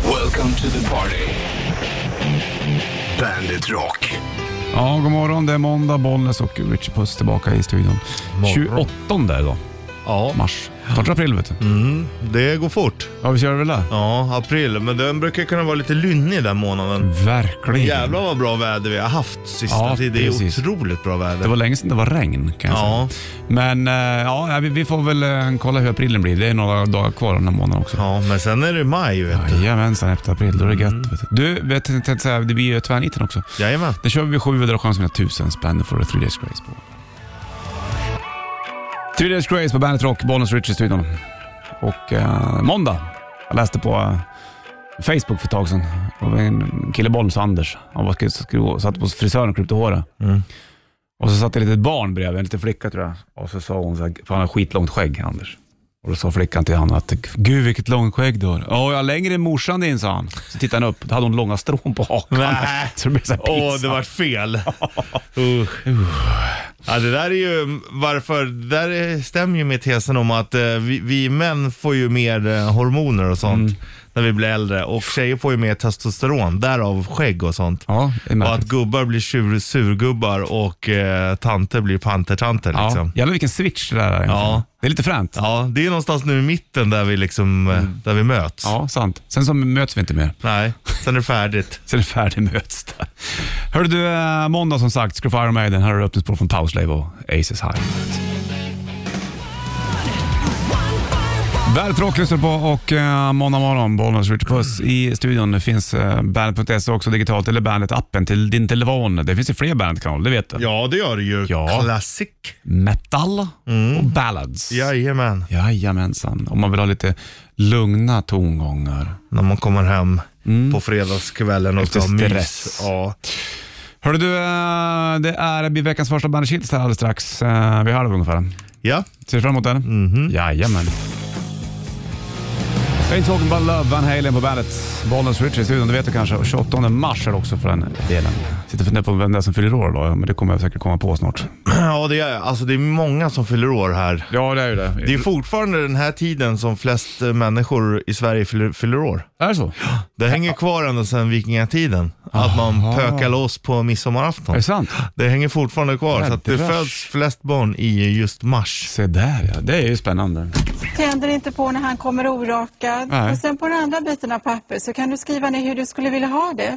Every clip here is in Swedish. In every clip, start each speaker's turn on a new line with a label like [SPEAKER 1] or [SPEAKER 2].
[SPEAKER 1] Welcome to the party. Bandit Rock.
[SPEAKER 2] Ja, god morgon. Det är måndag, Bollnäs och Richie Puss tillbaka i studion.
[SPEAKER 3] Morgon.
[SPEAKER 2] 28 då,
[SPEAKER 3] Ja,
[SPEAKER 2] mars. Snart april vet du.
[SPEAKER 3] Mm. det går fort.
[SPEAKER 2] Ja, vi gör det väl det?
[SPEAKER 3] Ja, april. Men den brukar kunna vara lite lynnig den månaden.
[SPEAKER 2] Verkligen.
[SPEAKER 3] Jävlar vad bra väder vi har haft sista
[SPEAKER 2] Ja,
[SPEAKER 3] tiden. Det är
[SPEAKER 2] precis.
[SPEAKER 3] otroligt bra väder.
[SPEAKER 2] Det var länge sedan det var regn kan jag
[SPEAKER 3] Ja.
[SPEAKER 2] säga. Men eh, ja, vi, vi får väl eh, kolla hur aprilen blir. Det är några dagar kvar den här månaden också.
[SPEAKER 3] Ja, men sen är det maj vet du.
[SPEAKER 2] Jajamensan, efter april. Då är det
[SPEAKER 3] Mm.
[SPEAKER 2] gött. Vet du. du, vet, jag tänkte säga, det blir ju tvärniten också.
[SPEAKER 3] Jajamän.
[SPEAKER 2] Den kör vi vid sju och drar chansen att vinna tusen spänn. Det får du Three Days Grace på. Three Days Grace på Bandet Rock, Bonus Rich i studion. Och eh, måndag, jag läste på eh, Facebook för ett tag sedan. Det var en kille, Bollnäs, Anders. Han var, skru- satt på frisören och klippte håret.
[SPEAKER 3] Mm.
[SPEAKER 2] Och så satt det ett litet barn bredvid, en liten flicka tror jag. Och så sa hon så här, för han har skitlångt skägg, Anders. Och då sa flickan till honom att, gud vilket långt skägg du har. Ja, jag har längre än morsan din, sa han. Så tittade han upp, då hade hon långa strån på hakan.
[SPEAKER 3] Nej.
[SPEAKER 2] Så det blev så här
[SPEAKER 3] Åh,
[SPEAKER 2] pinsamt.
[SPEAKER 3] det vart fel. Usch. Ja, det där är ju varför, det där är- stämmer ju med tesen om att eh, vi, vi män får ju mer eh, hormoner och sånt
[SPEAKER 2] Mm.
[SPEAKER 3] när vi blir äldre och tjejer får ju mer testosteron, därav skägg och sånt.
[SPEAKER 2] Ja, det är
[SPEAKER 3] Och att
[SPEAKER 2] märkligt.
[SPEAKER 3] gubbar blir tjur, surgubbar och eh, tanter blir pantertanter
[SPEAKER 2] Ja.
[SPEAKER 3] liksom. Ja.
[SPEAKER 2] Jävlar vilken switch det där är. egentligen.
[SPEAKER 3] Ja.
[SPEAKER 2] Det är lite fränt. Ja.
[SPEAKER 3] det är någonstans nu i mitten där vi liksom, eh,
[SPEAKER 2] Mm.
[SPEAKER 3] där vi möts.
[SPEAKER 2] sant. Sen så möts vi inte mer.
[SPEAKER 3] Nej, sen är det färdigt.
[SPEAKER 2] Sen är det färdigmöts där. Hörru du, eh, måndag som sagt, ska du få Iron Maiden. Här har du öppningsspår från Power Slave och Aces High. Bandet Rock lyssnar du på och eh, måndag morgon, Bollnäs Rich Puss i studion. Det finns eh, bandet.se också digitalt, eller bandet-appen till din telefon. Det finns ju fler bandet-kanaler, det vet du.
[SPEAKER 3] Ja, det gör det ju.
[SPEAKER 2] Ja.
[SPEAKER 3] Classic.
[SPEAKER 2] Metal
[SPEAKER 3] Mm.
[SPEAKER 2] och ballads.
[SPEAKER 3] Jajamän.
[SPEAKER 2] Jajamensan, om man vill ha lite lugna tongångar.
[SPEAKER 3] när man kommer hem på fredagskvällen
[SPEAKER 2] Mm.
[SPEAKER 3] och
[SPEAKER 2] Efter
[SPEAKER 3] ska ha
[SPEAKER 2] stress.
[SPEAKER 3] mys. Ja.
[SPEAKER 2] Hörru du, eh, det är det blir veckans första Bandit Shitlis här alldeles strax. Eh, Vi har det ungefär.
[SPEAKER 3] ja,
[SPEAKER 2] Ser du fram emot den? Mm-hmm. Jajamän. Ain't talking about love, Van Halen på bandet. Bollens Richie i studion, det vet du kanske. Och 28 mars är det också för den delen. Sitter och funderar på vem det är som fyller år idag, men det kommer jag säkert komma på snart.
[SPEAKER 3] ja det, är, alltså, det är många som fyller år här.
[SPEAKER 2] Ja, det är ju
[SPEAKER 3] Det är fortfarande den här tiden som flest eh, människor i Sverige fyller, fyller år.
[SPEAKER 2] Är det så?
[SPEAKER 3] Det hänger kvar ända sedan vikingatiden, att man pökar loss på midsommarafton.
[SPEAKER 2] Är det sant?
[SPEAKER 3] Det hänger fortfarande kvar, så att det
[SPEAKER 2] Jädrars.
[SPEAKER 3] föds flest barn i just mars.
[SPEAKER 2] Se där ja, det är ju spännande.
[SPEAKER 4] tänder inte på när han kommer orakad.
[SPEAKER 2] Nej.
[SPEAKER 4] Och sen på den andra biten av papper så kan du skriva ner hur du skulle vilja ha det.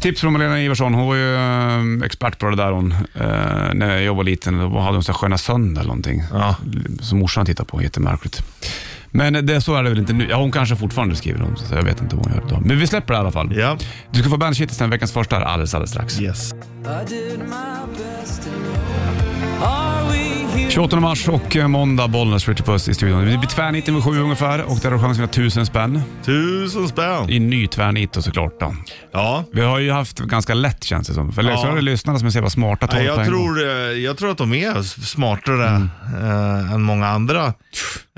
[SPEAKER 2] Tips från Malena Ivarsson. Hon var ju eh, expert på det där hon. Eh, när jag var liten då hade hon så här Sköna Sönder eller någonting.
[SPEAKER 3] Ja.
[SPEAKER 2] Som morsan tittade på, jättemärkligt. Men det, så är det väl inte nu. Ja, hon kanske fortfarande skriver om så jag vet inte vad hon gör idag. Men vi släpper det i alla fall.
[SPEAKER 3] Ja.
[SPEAKER 2] Du ska få Bandit Shitlist den veckans första här alldeles, alldeles strax.
[SPEAKER 3] Yes.
[SPEAKER 2] 28 mars och eh, måndag, Bollnäs, Ritchie Puss i studion. Det blir tvärnitten vid sju ungefär och där har du chansen att vinna tusen spänn.
[SPEAKER 3] Tusen spänn.
[SPEAKER 2] I ny tvärnit då såklart då.
[SPEAKER 3] Ja.
[SPEAKER 2] Vi har ju haft ganska lätt känns det som. Eller så
[SPEAKER 3] Ja.
[SPEAKER 2] är det lyssnarna som är så jävla smarta. tar
[SPEAKER 3] Nej,
[SPEAKER 2] det på
[SPEAKER 3] jag,
[SPEAKER 2] en gång.
[SPEAKER 3] tror, eh, jag tror att de är s- smartare
[SPEAKER 2] Mm.
[SPEAKER 3] eh, än många andra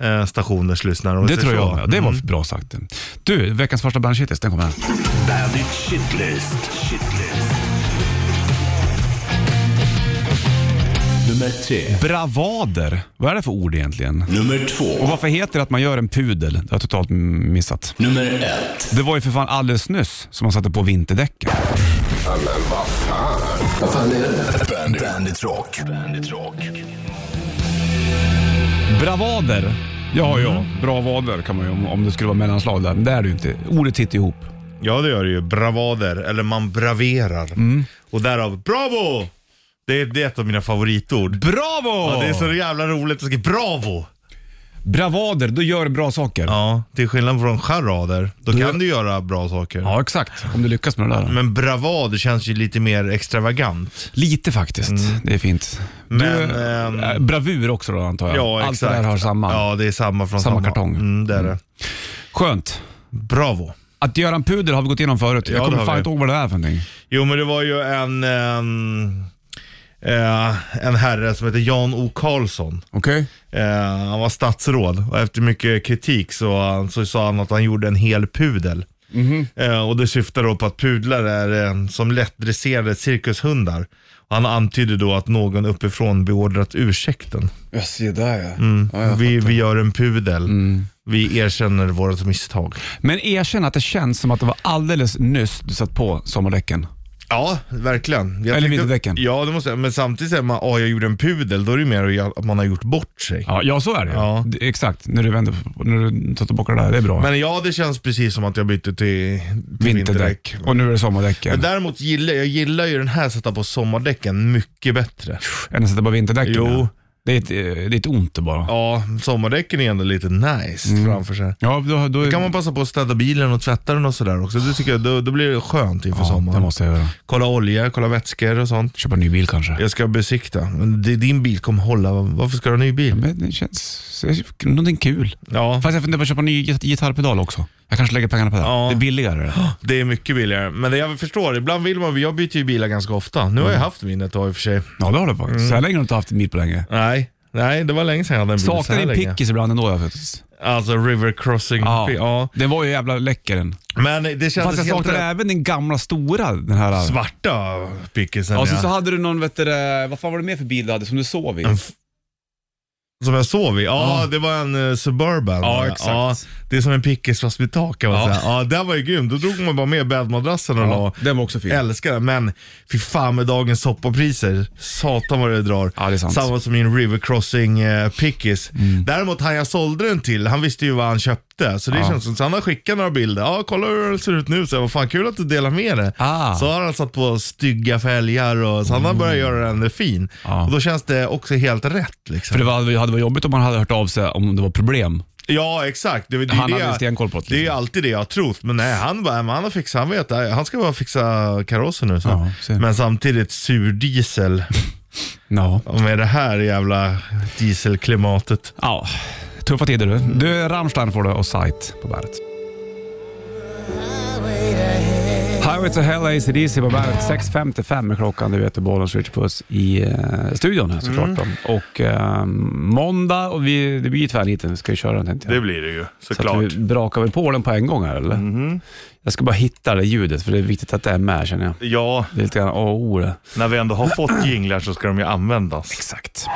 [SPEAKER 3] eh, stationers lyssnare. om vi
[SPEAKER 2] Det
[SPEAKER 3] säger
[SPEAKER 2] tror jag Mm.
[SPEAKER 3] så. Mm.
[SPEAKER 2] med. Det var bra sagt. Du, veckans första bandshittis, den kommer här.
[SPEAKER 1] Bandit Shitlist. Shitlist. Nummer tre.
[SPEAKER 2] Bravader. Vad är det för ord egentligen?
[SPEAKER 1] Nummer
[SPEAKER 2] Och
[SPEAKER 1] två.
[SPEAKER 2] varför heter det att man gör en pudel? Det har jag totalt m- missat.
[SPEAKER 1] Nummer ett.
[SPEAKER 2] Det var ju för fan alldeles nyss som man satte på vinterdäcken.
[SPEAKER 1] Bandit, Bandit Rock. Bandit Rock.
[SPEAKER 2] Bravader. Ja, ja. Bra vader kan man ju om, om det skulle vara mellanslag där. Men det är det ju inte. Ordet sitter ihop.
[SPEAKER 3] Ja, det gör det ju. Bravader, eller man braverar.
[SPEAKER 2] Mm.
[SPEAKER 3] Och därav bravo! Det är, det är ett av mina favoritord.
[SPEAKER 2] Bravo!
[SPEAKER 3] Ja, det är så jävla roligt att skriva bravo.
[SPEAKER 2] Bravader, då gör du bra saker. Ja.
[SPEAKER 3] Ja, till skillnad från charader, då
[SPEAKER 2] Du-
[SPEAKER 3] kan du göra bra saker.
[SPEAKER 2] exakt. Om du lyckas med det där.
[SPEAKER 3] Men bravad känns ju lite mer extravagant.
[SPEAKER 2] Lite faktiskt. Det är fint. Du,
[SPEAKER 3] Men, ehm,
[SPEAKER 2] eh, bravur också då antar jag?
[SPEAKER 3] Ja,
[SPEAKER 2] Allt
[SPEAKER 3] exakt.
[SPEAKER 2] det där har samma.
[SPEAKER 3] Ja, det är samma från
[SPEAKER 2] Samma
[SPEAKER 3] samma.
[SPEAKER 2] kartong.
[SPEAKER 3] Mm, det är det.
[SPEAKER 2] Skönt.
[SPEAKER 3] Bravo.
[SPEAKER 2] Att göra en pudel har vi gått igenom förut.
[SPEAKER 3] Ja,
[SPEAKER 2] jag
[SPEAKER 3] det
[SPEAKER 2] kommer
[SPEAKER 3] har
[SPEAKER 2] fan
[SPEAKER 3] vi.
[SPEAKER 2] inte ihåg vad det är för någonting.
[SPEAKER 3] Jo, men det var ju en, ehm, eh, en herre som heter Jan O. Karlsson.
[SPEAKER 2] Okej?
[SPEAKER 3] Eh, han var statsråd och efter mycket kritik så, så sa han att han gjorde en hel pudel.
[SPEAKER 2] Mhm.
[SPEAKER 3] Eh, och det syftar då på att pudlar är eh, som lättdresserade cirkushundar. Och han antyder då att någon uppifrån beordrat ursäkten.
[SPEAKER 2] Jag ser där ja.
[SPEAKER 3] Mm. vi, vi gör en pudel. Vi erkänner vårt misstag.
[SPEAKER 2] Men erkänn att det känns som att det var alldeles nyss du satt på sommardäcken.
[SPEAKER 3] Ja, verkligen. Jag
[SPEAKER 2] Eller
[SPEAKER 3] tyckte-
[SPEAKER 2] vinterdäcken.
[SPEAKER 3] Ja, det måste jag. Men samtidigt säger man att jag gjorde en pudel, då är det mer att jag- att man har gjort bort sig.
[SPEAKER 2] Ja, ja så är det
[SPEAKER 3] Ja.
[SPEAKER 2] D- Exakt, när du vänder på- när du tar tillbaka det där. Det är bra.
[SPEAKER 3] Men ja, det känns precis som att jag bytte till, till
[SPEAKER 2] Vinterdäck.
[SPEAKER 3] vinterdäck.
[SPEAKER 2] Och nu är det sommardäcken.
[SPEAKER 3] Men däremot gillar jag gillar ju den här sätta på sommardäcken mycket bättre.
[SPEAKER 2] Än att sätta på vinterdäcken.
[SPEAKER 3] Jo.
[SPEAKER 2] ja. Det är ett, eh, det är ett ont bara.
[SPEAKER 3] Ja, sommardäcken är ändå lite nice
[SPEAKER 2] Mm.
[SPEAKER 3] framför sig.
[SPEAKER 2] Ja, då, då,
[SPEAKER 3] Då kan man passa på att städa bilen och tvätta den och sådär också. Det tycker jag, då, då blir det skönt inför
[SPEAKER 2] ja, det
[SPEAKER 3] sommaren.
[SPEAKER 2] måste jag göra.
[SPEAKER 3] Kolla olja, kolla vätskor och sånt.
[SPEAKER 2] Köpa en ny bil kanske.
[SPEAKER 3] Jag ska besikta. Men det- Din bil kommer hålla. Varför ska du ha en ny bil?
[SPEAKER 2] Men det känns... det är Någonting kul.
[SPEAKER 3] Ja,
[SPEAKER 2] Fast jag funderar på att köpa en ny git- gitarrpedal också. Jag kanske lägger pengarna på det.
[SPEAKER 3] Ja.
[SPEAKER 2] Det är billigare.
[SPEAKER 3] det är mycket billigare. Men det jag förstår, ibland vill man, jag byter ju bilar ganska ofta. Nu har jag haft min ett tag i och för sig.
[SPEAKER 2] Ja, det har du faktiskt.
[SPEAKER 3] Mm.
[SPEAKER 2] Så här länge har du inte haft en bil på länge.
[SPEAKER 3] Nej, nej det var länge sedan jag hade en bil så
[SPEAKER 2] Saknar
[SPEAKER 3] här
[SPEAKER 2] din
[SPEAKER 3] länge.
[SPEAKER 2] pickis ibland ändå. Jag faktiskt.
[SPEAKER 3] Alltså river crossing.
[SPEAKER 2] Ja.
[SPEAKER 3] Ja. ja.
[SPEAKER 2] Den var ju jävla läcker den.
[SPEAKER 3] Men det kändes
[SPEAKER 2] Fast jag
[SPEAKER 3] helt
[SPEAKER 2] saknar
[SPEAKER 3] rätt.
[SPEAKER 2] även den gamla stora. Den här.
[SPEAKER 3] Svarta pickisen
[SPEAKER 2] Ja, sen så
[SPEAKER 3] ja.
[SPEAKER 2] hade du någon, vet du, det, vad fan var det mer för bil du hade som du sov i?
[SPEAKER 3] En f- Som jag sov i? Ja,
[SPEAKER 2] Ja.
[SPEAKER 3] det var en eh, Suburban.
[SPEAKER 2] Ja, exakt.
[SPEAKER 3] det är som en pickis fast med tak kan man
[SPEAKER 2] Ja.
[SPEAKER 3] säga. Ja, den var ju grym. Då drog man bara med bäddmadrassen och la.
[SPEAKER 2] Ja, den var också fin.
[SPEAKER 3] Älskar den, men fy fan med dagens soppapriser. Satan vad det drar.
[SPEAKER 2] Ja, det är sant. Mm.
[SPEAKER 3] Samma som min River Crossing eh, pickis. Däremot han jag sålde den till, han visste ju vad han köpte. Så det
[SPEAKER 2] Ja.
[SPEAKER 3] känns som, så han har skickat några bilder. Ja, kolla hur det ser ut nu. Så jag, vad fan kul att du delar med dig.
[SPEAKER 2] Ah.
[SPEAKER 3] Så har han satt på stygga fälgar och så han har börjat göra den fin.
[SPEAKER 2] Ja.
[SPEAKER 3] Och då känns det också helt rätt liksom.
[SPEAKER 2] För det var, det hade varit jobbigt om man hade hört av sig om det var problem.
[SPEAKER 3] Ja, exakt. Det, det, det,
[SPEAKER 2] Han
[SPEAKER 3] det,
[SPEAKER 2] hade
[SPEAKER 3] jag-
[SPEAKER 2] stenkoll på det,
[SPEAKER 3] det är ju
[SPEAKER 2] liksom.
[SPEAKER 3] alltid det jag har trott. Men nej, han, bara, men han har fixat, han vet, han ska bara fixa karossen nu. Så.
[SPEAKER 2] Ja, ser.
[SPEAKER 3] men samtidigt surdiesel
[SPEAKER 2] Ja.
[SPEAKER 3] med det här jävla dieselklimatet.
[SPEAKER 2] ja. Tuffa tider du. Du, Rammstein får du och Sight på bandet. Highway to Hell, ACDC på bandet. 6.55 är klockan. Du vet, Bollens Rich Puss i eh, studion här
[SPEAKER 3] Mm.
[SPEAKER 2] såklart. då. Och eh, måndag, och vi, det blir ju tvärniten. Vi ska ju köra den tänkte jag.
[SPEAKER 3] blir det ju, Mhm.
[SPEAKER 2] Så att vi brakar väl på den på en gång här eller? Jag ska bara hitta det ljudet för det är viktigt att det är med känner jag.
[SPEAKER 3] Ja,
[SPEAKER 2] Det är lite grann oh, det.
[SPEAKER 3] när vi ändå har fått jinglar så ska de ju användas.
[SPEAKER 2] Exakt.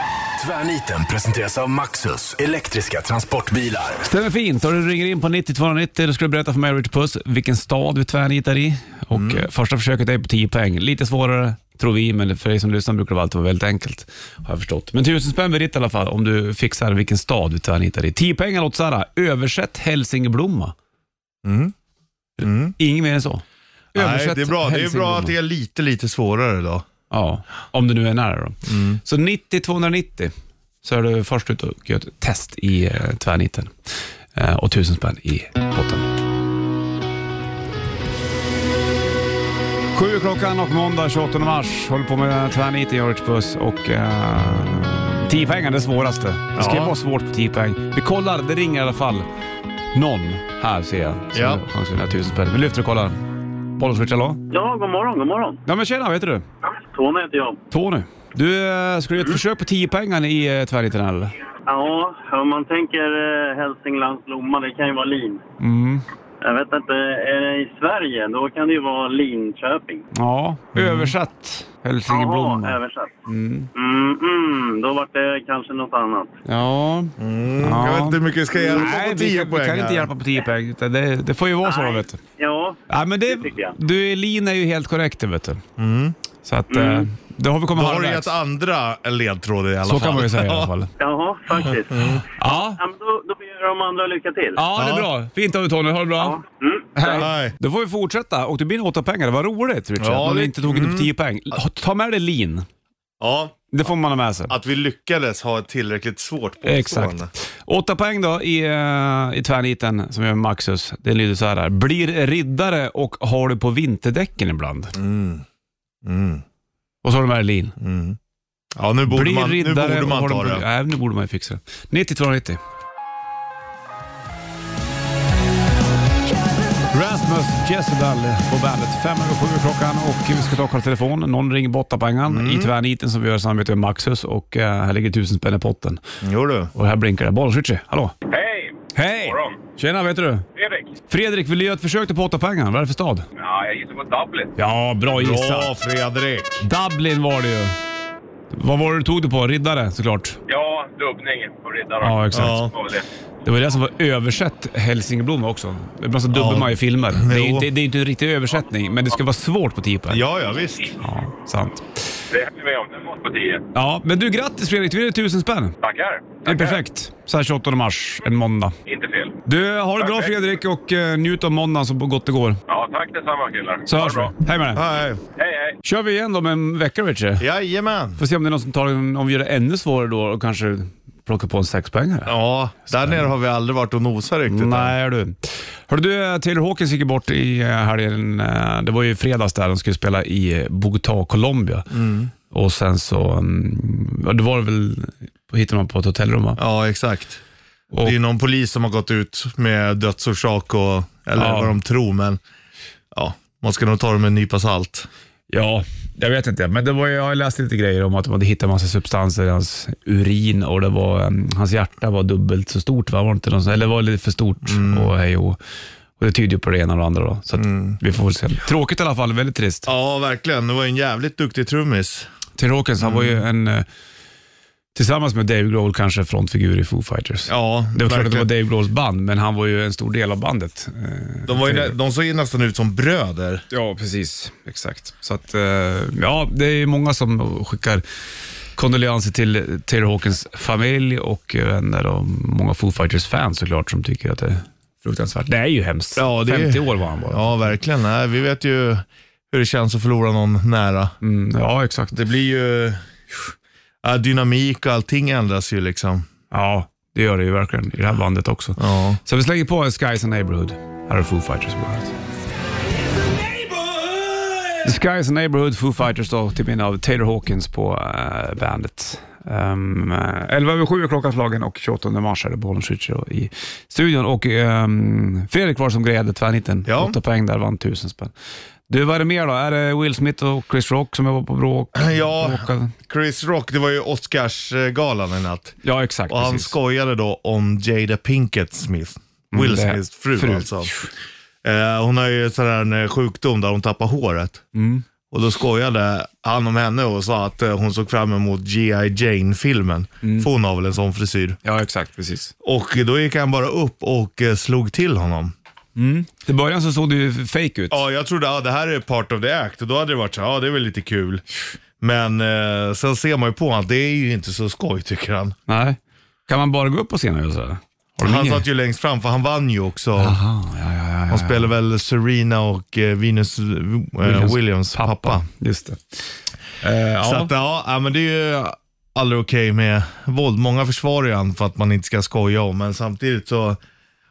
[SPEAKER 1] Tvärniten presenteras av Maxus elektriska transportbilar.
[SPEAKER 2] Stämmer fint. Och du ringer in på 90-290 då ska du berätta för mig Richard Puss vilken stad vi tvärnitar i. Och
[SPEAKER 3] Mm.
[SPEAKER 2] eh, första försöket är på 10 poäng. Lite svårare tror vi, men för dig som lyssnar brukar det alltid vara väldigt enkelt. Har jag förstått. Men tusen spänn blir ditt i alla fall om du fixar vilken stad vi tvärnitar i. 10 poäng låter såhär. Översätt hälsingeblomma.
[SPEAKER 3] Mm. Mm.
[SPEAKER 2] Inget mer än så.
[SPEAKER 3] Nej, det är bra, det är bra
[SPEAKER 2] hälsingeblomma.
[SPEAKER 3] att det är lite, lite svårare då.
[SPEAKER 2] Ja, om du nu är nära då.
[SPEAKER 3] Mm.
[SPEAKER 2] Så 90-290 så är du först ut och gör ett test i eh, tvärniten. Eh, och tusen spänn i potten. Sju är klockan och måndag 28 mars. Håller på med tvärniten, George Buss och eh, 10 poäng är det svåraste. Det ska
[SPEAKER 3] Ja.
[SPEAKER 2] vara svårt på 10 poäng. Vi kollar, det ringer i alla fall någon här ser jag. som
[SPEAKER 3] Ja.
[SPEAKER 2] har Chans att vinna tusen spänn. Vi lyfter och kollar. Bollenswitch, hallå?
[SPEAKER 5] Ja, god morgon, god morgon.
[SPEAKER 2] Ja men tjena, vad heter du?
[SPEAKER 5] Tony heter jag.
[SPEAKER 2] Tony, du, eh, ska du
[SPEAKER 5] Mm.
[SPEAKER 2] göra ett försök på 10 pengar i eh, tvärniten här, eller?
[SPEAKER 5] Ja, om man tänker eh, Hälsinglands blomma, det kan ju vara Lin.
[SPEAKER 2] Mm.
[SPEAKER 5] Jag vet inte, är det i Sverige, då kan det ju vara Linköping.
[SPEAKER 2] Ja, Mm. översatt
[SPEAKER 5] Jaha,
[SPEAKER 2] Hälsingeblomma.
[SPEAKER 5] översatt.
[SPEAKER 2] Mm.
[SPEAKER 5] Mm, mm, då var det kanske något annat.
[SPEAKER 2] Ja.
[SPEAKER 3] Jag vet
[SPEAKER 2] Mm. Ja.
[SPEAKER 3] inte hur mycket jag ska hjälpa
[SPEAKER 2] Nej,
[SPEAKER 3] Mm. på
[SPEAKER 2] vi
[SPEAKER 3] 10
[SPEAKER 2] kan, vi
[SPEAKER 3] poäng
[SPEAKER 2] kan inte
[SPEAKER 3] här.
[SPEAKER 2] hjälpa på 10 poäng. utan Det, det får ju vara så
[SPEAKER 5] Nej.
[SPEAKER 2] vet du.
[SPEAKER 5] Ja,
[SPEAKER 2] Nej, men det,
[SPEAKER 5] Det tycker jag.
[SPEAKER 2] du, Lin är ju helt korrekt det vet du.
[SPEAKER 3] Mm.
[SPEAKER 2] Så att, eh,
[SPEAKER 5] Mm.
[SPEAKER 2] då har vi
[SPEAKER 3] Då
[SPEAKER 2] kommit
[SPEAKER 3] har du
[SPEAKER 2] halvvägs.
[SPEAKER 3] gett andra ledtrådar i alla
[SPEAKER 2] Så
[SPEAKER 3] fall.
[SPEAKER 2] kan man ju säga i alla
[SPEAKER 3] Ja.
[SPEAKER 2] fall.
[SPEAKER 5] jaha, faktiskt.
[SPEAKER 2] Ja,
[SPEAKER 5] Ja, men då, då ber jag de andra lycka till.
[SPEAKER 2] Mm. ja det är
[SPEAKER 3] Ja.
[SPEAKER 2] bra. Fint av dig Tony, ha det bra.
[SPEAKER 5] Mm.
[SPEAKER 3] Nej.
[SPEAKER 2] Då får vi fortsätta och det blir en åtta pengar. Det var roligt Richard,
[SPEAKER 3] Ja,
[SPEAKER 2] ja, om du
[SPEAKER 3] det- mm.
[SPEAKER 2] inte tog upp 10 poäng. Ta med dig Lin,
[SPEAKER 3] Ja,
[SPEAKER 2] det får man ha med sig.
[SPEAKER 3] att vi lyckades ha ett tillräckligt svårt påstående.
[SPEAKER 2] Exakt. Åtta poäng då i, eh, i tvärniten som gör Maxus. Det lyder så här. här. Blir riddare och har du på vinterdäcken ibland.
[SPEAKER 3] Mm. Mm.
[SPEAKER 2] Och så har du Merlin.
[SPEAKER 3] Mm. Ja, nu borde
[SPEAKER 2] Blir
[SPEAKER 3] man, nu
[SPEAKER 2] riddare
[SPEAKER 3] borde
[SPEAKER 2] och
[SPEAKER 3] man
[SPEAKER 2] har
[SPEAKER 3] ta
[SPEAKER 2] du på...
[SPEAKER 3] det.
[SPEAKER 2] Nej, nu borde man ju fixa det. 90-290. Rasmus Jezebel på bandet. Fem över sju är klockan och vi ska ta och kolla telefon. Någon ringer på åttapengan
[SPEAKER 3] Mm.
[SPEAKER 2] i tvärniten som vi gör i samarbete med Maxus och eh, här ligger tusen spänn i potten.
[SPEAKER 3] Jo du.
[SPEAKER 2] Och här blinkar det. Bollswitcher, hallå?
[SPEAKER 6] Hej!
[SPEAKER 2] Hej!
[SPEAKER 6] Morgon.
[SPEAKER 2] Tjena, vet du?
[SPEAKER 6] Fredrik?
[SPEAKER 2] Fredrik, vill du göra ett försök till Pottapengar? Vad är det för stad?
[SPEAKER 6] Ja, jag gissar på Dublin.
[SPEAKER 2] Ja, bra
[SPEAKER 3] Bra
[SPEAKER 2] gissat.
[SPEAKER 3] Fredrik!
[SPEAKER 2] Dublin var det ju. Vad var det du tog det på? Riddare såklart.
[SPEAKER 6] Ja, dubbning på riddaren.
[SPEAKER 2] Ja, exakt.
[SPEAKER 3] Ja.
[SPEAKER 6] Var väl det.
[SPEAKER 2] Det var det som var översatt Hälsingeblom också. Ibland så dubbar
[SPEAKER 3] Ja.
[SPEAKER 2] man ju filmer. Det är ju
[SPEAKER 3] Jo.
[SPEAKER 2] inte, det är ju inte en riktig översättning, men det ska vara svårt på Tipen.
[SPEAKER 3] Ja, ja visst.
[SPEAKER 2] ja, sant.
[SPEAKER 6] Det höll vi med om. Det var på 10.
[SPEAKER 2] Ja, men du grattis Fredrik till tusen spänn.
[SPEAKER 6] Tackar.
[SPEAKER 2] Det är
[SPEAKER 6] Tackar.
[SPEAKER 2] perfekt. Så här 28 mars, en måndag.
[SPEAKER 6] Inte fel.
[SPEAKER 2] Du, ha det bra
[SPEAKER 6] Perfekt.
[SPEAKER 2] Fredrik och eh, njut av måndagen så gott det går.
[SPEAKER 6] Ja, tack detsamma killar.
[SPEAKER 2] Så
[SPEAKER 6] Ha det
[SPEAKER 2] hörs
[SPEAKER 6] bra.
[SPEAKER 2] vi. Hej med dig.
[SPEAKER 3] Nej.
[SPEAKER 6] Hej, hej.
[SPEAKER 2] Kör vi igen då om en vecka Richie.
[SPEAKER 3] Jajamän!
[SPEAKER 2] Får se om det är någon som tar en, om vi gör det ännu svårare då och kanske plockar på en sexpoängare.
[SPEAKER 3] Ja, där nere har vi aldrig varit och nosat riktigt.
[SPEAKER 2] Nej du. Hörde du, Taylor Hawkins gick ju bort i eh, helgen. eh, Det var ju i fredags där de skulle spela i eh, Bogotá, Colombia. Och sen så, mm, ja, det var väl, hittade man på ett hotellrum va?
[SPEAKER 3] Ja, exakt.
[SPEAKER 2] Och-
[SPEAKER 3] Det är ju någon polis som har gått ut med dödsorsak och, eller
[SPEAKER 2] Ja.
[SPEAKER 3] vad de tror, men ja, man ska nog ta det med en nypa salt.
[SPEAKER 2] Ja, jag vet inte. Men det var, ju- jag läste lite grejer om att de hade hittat massa substanser i hans urin och det var, mm, hans hjärta var dubbelt så stort. Va? Var det inte någon, sån- eller var lite för stort. Och, hej och, och det tyder ju på det ena och det andra. Då. Så att, vi får väl se. Mm. Tråkigt i alla fall, väldigt trist.
[SPEAKER 3] Ja, verkligen. Det var ju en jävligt duktig trummis.
[SPEAKER 2] Till Hawkins, han var ju en, eh, tillsammans med Dave Grohl, kanske frontfigur i Foo Fighters.
[SPEAKER 3] Ja,
[SPEAKER 2] Det var klart att det var
[SPEAKER 3] verkligen.
[SPEAKER 2] Dave Grohls band, men han var ju en stor del av bandet. Eh,
[SPEAKER 3] De, var ju, nä- de såg ju nästan ut som bröder.
[SPEAKER 2] Ja, precis. Exakt. Så att, eh, ja, det är många som skickar kondolenser till Taylor Hawkins familj och eh, vänner och många Foo Fighters-fans såklart som tycker att det är fruktansvärt. Det är ju hemskt.
[SPEAKER 3] Ja, det är-
[SPEAKER 2] 50 år var han bara. Ja,
[SPEAKER 3] Ja, verkligen. Nej, vi vet ju hur det känns att förlora någon nära.
[SPEAKER 2] mm, ja exakt.
[SPEAKER 3] Det blir ju... Ja, dynamik och allting ändras ju liksom.
[SPEAKER 2] Ja, det gör det ju verkligen i det här bandet också.
[SPEAKER 3] Ja.
[SPEAKER 2] Så vi slänger på Skies and Neighborhood. Här är Foo Fighters på bandet. Skies and Neighborhood, Foo Fighters då, till minne av Taylor Hawkins på eh, bandet. Um, 11 över 7 är klockan slagen och 28 mars är det Bollnäs Ritchie i studion. Och ehm, Fredrik var som grejade tvärniten.
[SPEAKER 3] Ja.
[SPEAKER 2] 8 poäng där, vann 1000 spänn. Du, vad är det mer då? Är det Will Smith och Chris Rock som jag var på bråk?
[SPEAKER 3] Ja.
[SPEAKER 2] bråkade?
[SPEAKER 3] Chris Rock, det var ju Oscarsgalan i natt.
[SPEAKER 2] ja exakt.
[SPEAKER 3] Och han
[SPEAKER 2] precis. Mm,
[SPEAKER 3] skojade då om Jada Pinkett Smith. Will
[SPEAKER 2] det-
[SPEAKER 3] Smiths fru,
[SPEAKER 2] fru.
[SPEAKER 3] alltså. Eh, hon har ju sån här en sjukdom där hon tappar håret.
[SPEAKER 2] Mm.
[SPEAKER 3] Och då skojade han om henne och sa att eh, hon såg fram emot G.I. Jane-filmen.
[SPEAKER 2] Mm.
[SPEAKER 3] För hon har väl en sån frisyr.
[SPEAKER 2] Ja, exakt. Precis.
[SPEAKER 3] Och då gick han bara upp och eh, slog till honom.
[SPEAKER 2] Till början så såg det ju fake ut.
[SPEAKER 3] Ja, jag trodde att det här är part of the act och då hade det varit så här, ja det är väl lite kul. Men eh, sen ser man ju på honom att det är ju inte så skoj tycker han.
[SPEAKER 2] Nej. Kan man bara gå upp på scenen och göra sådär? Har
[SPEAKER 3] Han
[SPEAKER 2] ingen-
[SPEAKER 3] satt ju längst fram för han vann ju också.
[SPEAKER 2] Aha, ja, ja, ja, ja.
[SPEAKER 3] Han spelade väl Serena och eh, Venus eh, Williams, pappa.
[SPEAKER 2] Just det. Eh,
[SPEAKER 3] Så
[SPEAKER 2] ja.
[SPEAKER 3] att, ja, ja, men det är ju aldrig okej med våld. Många försvarar ju han för att man inte ska skoja om, men samtidigt så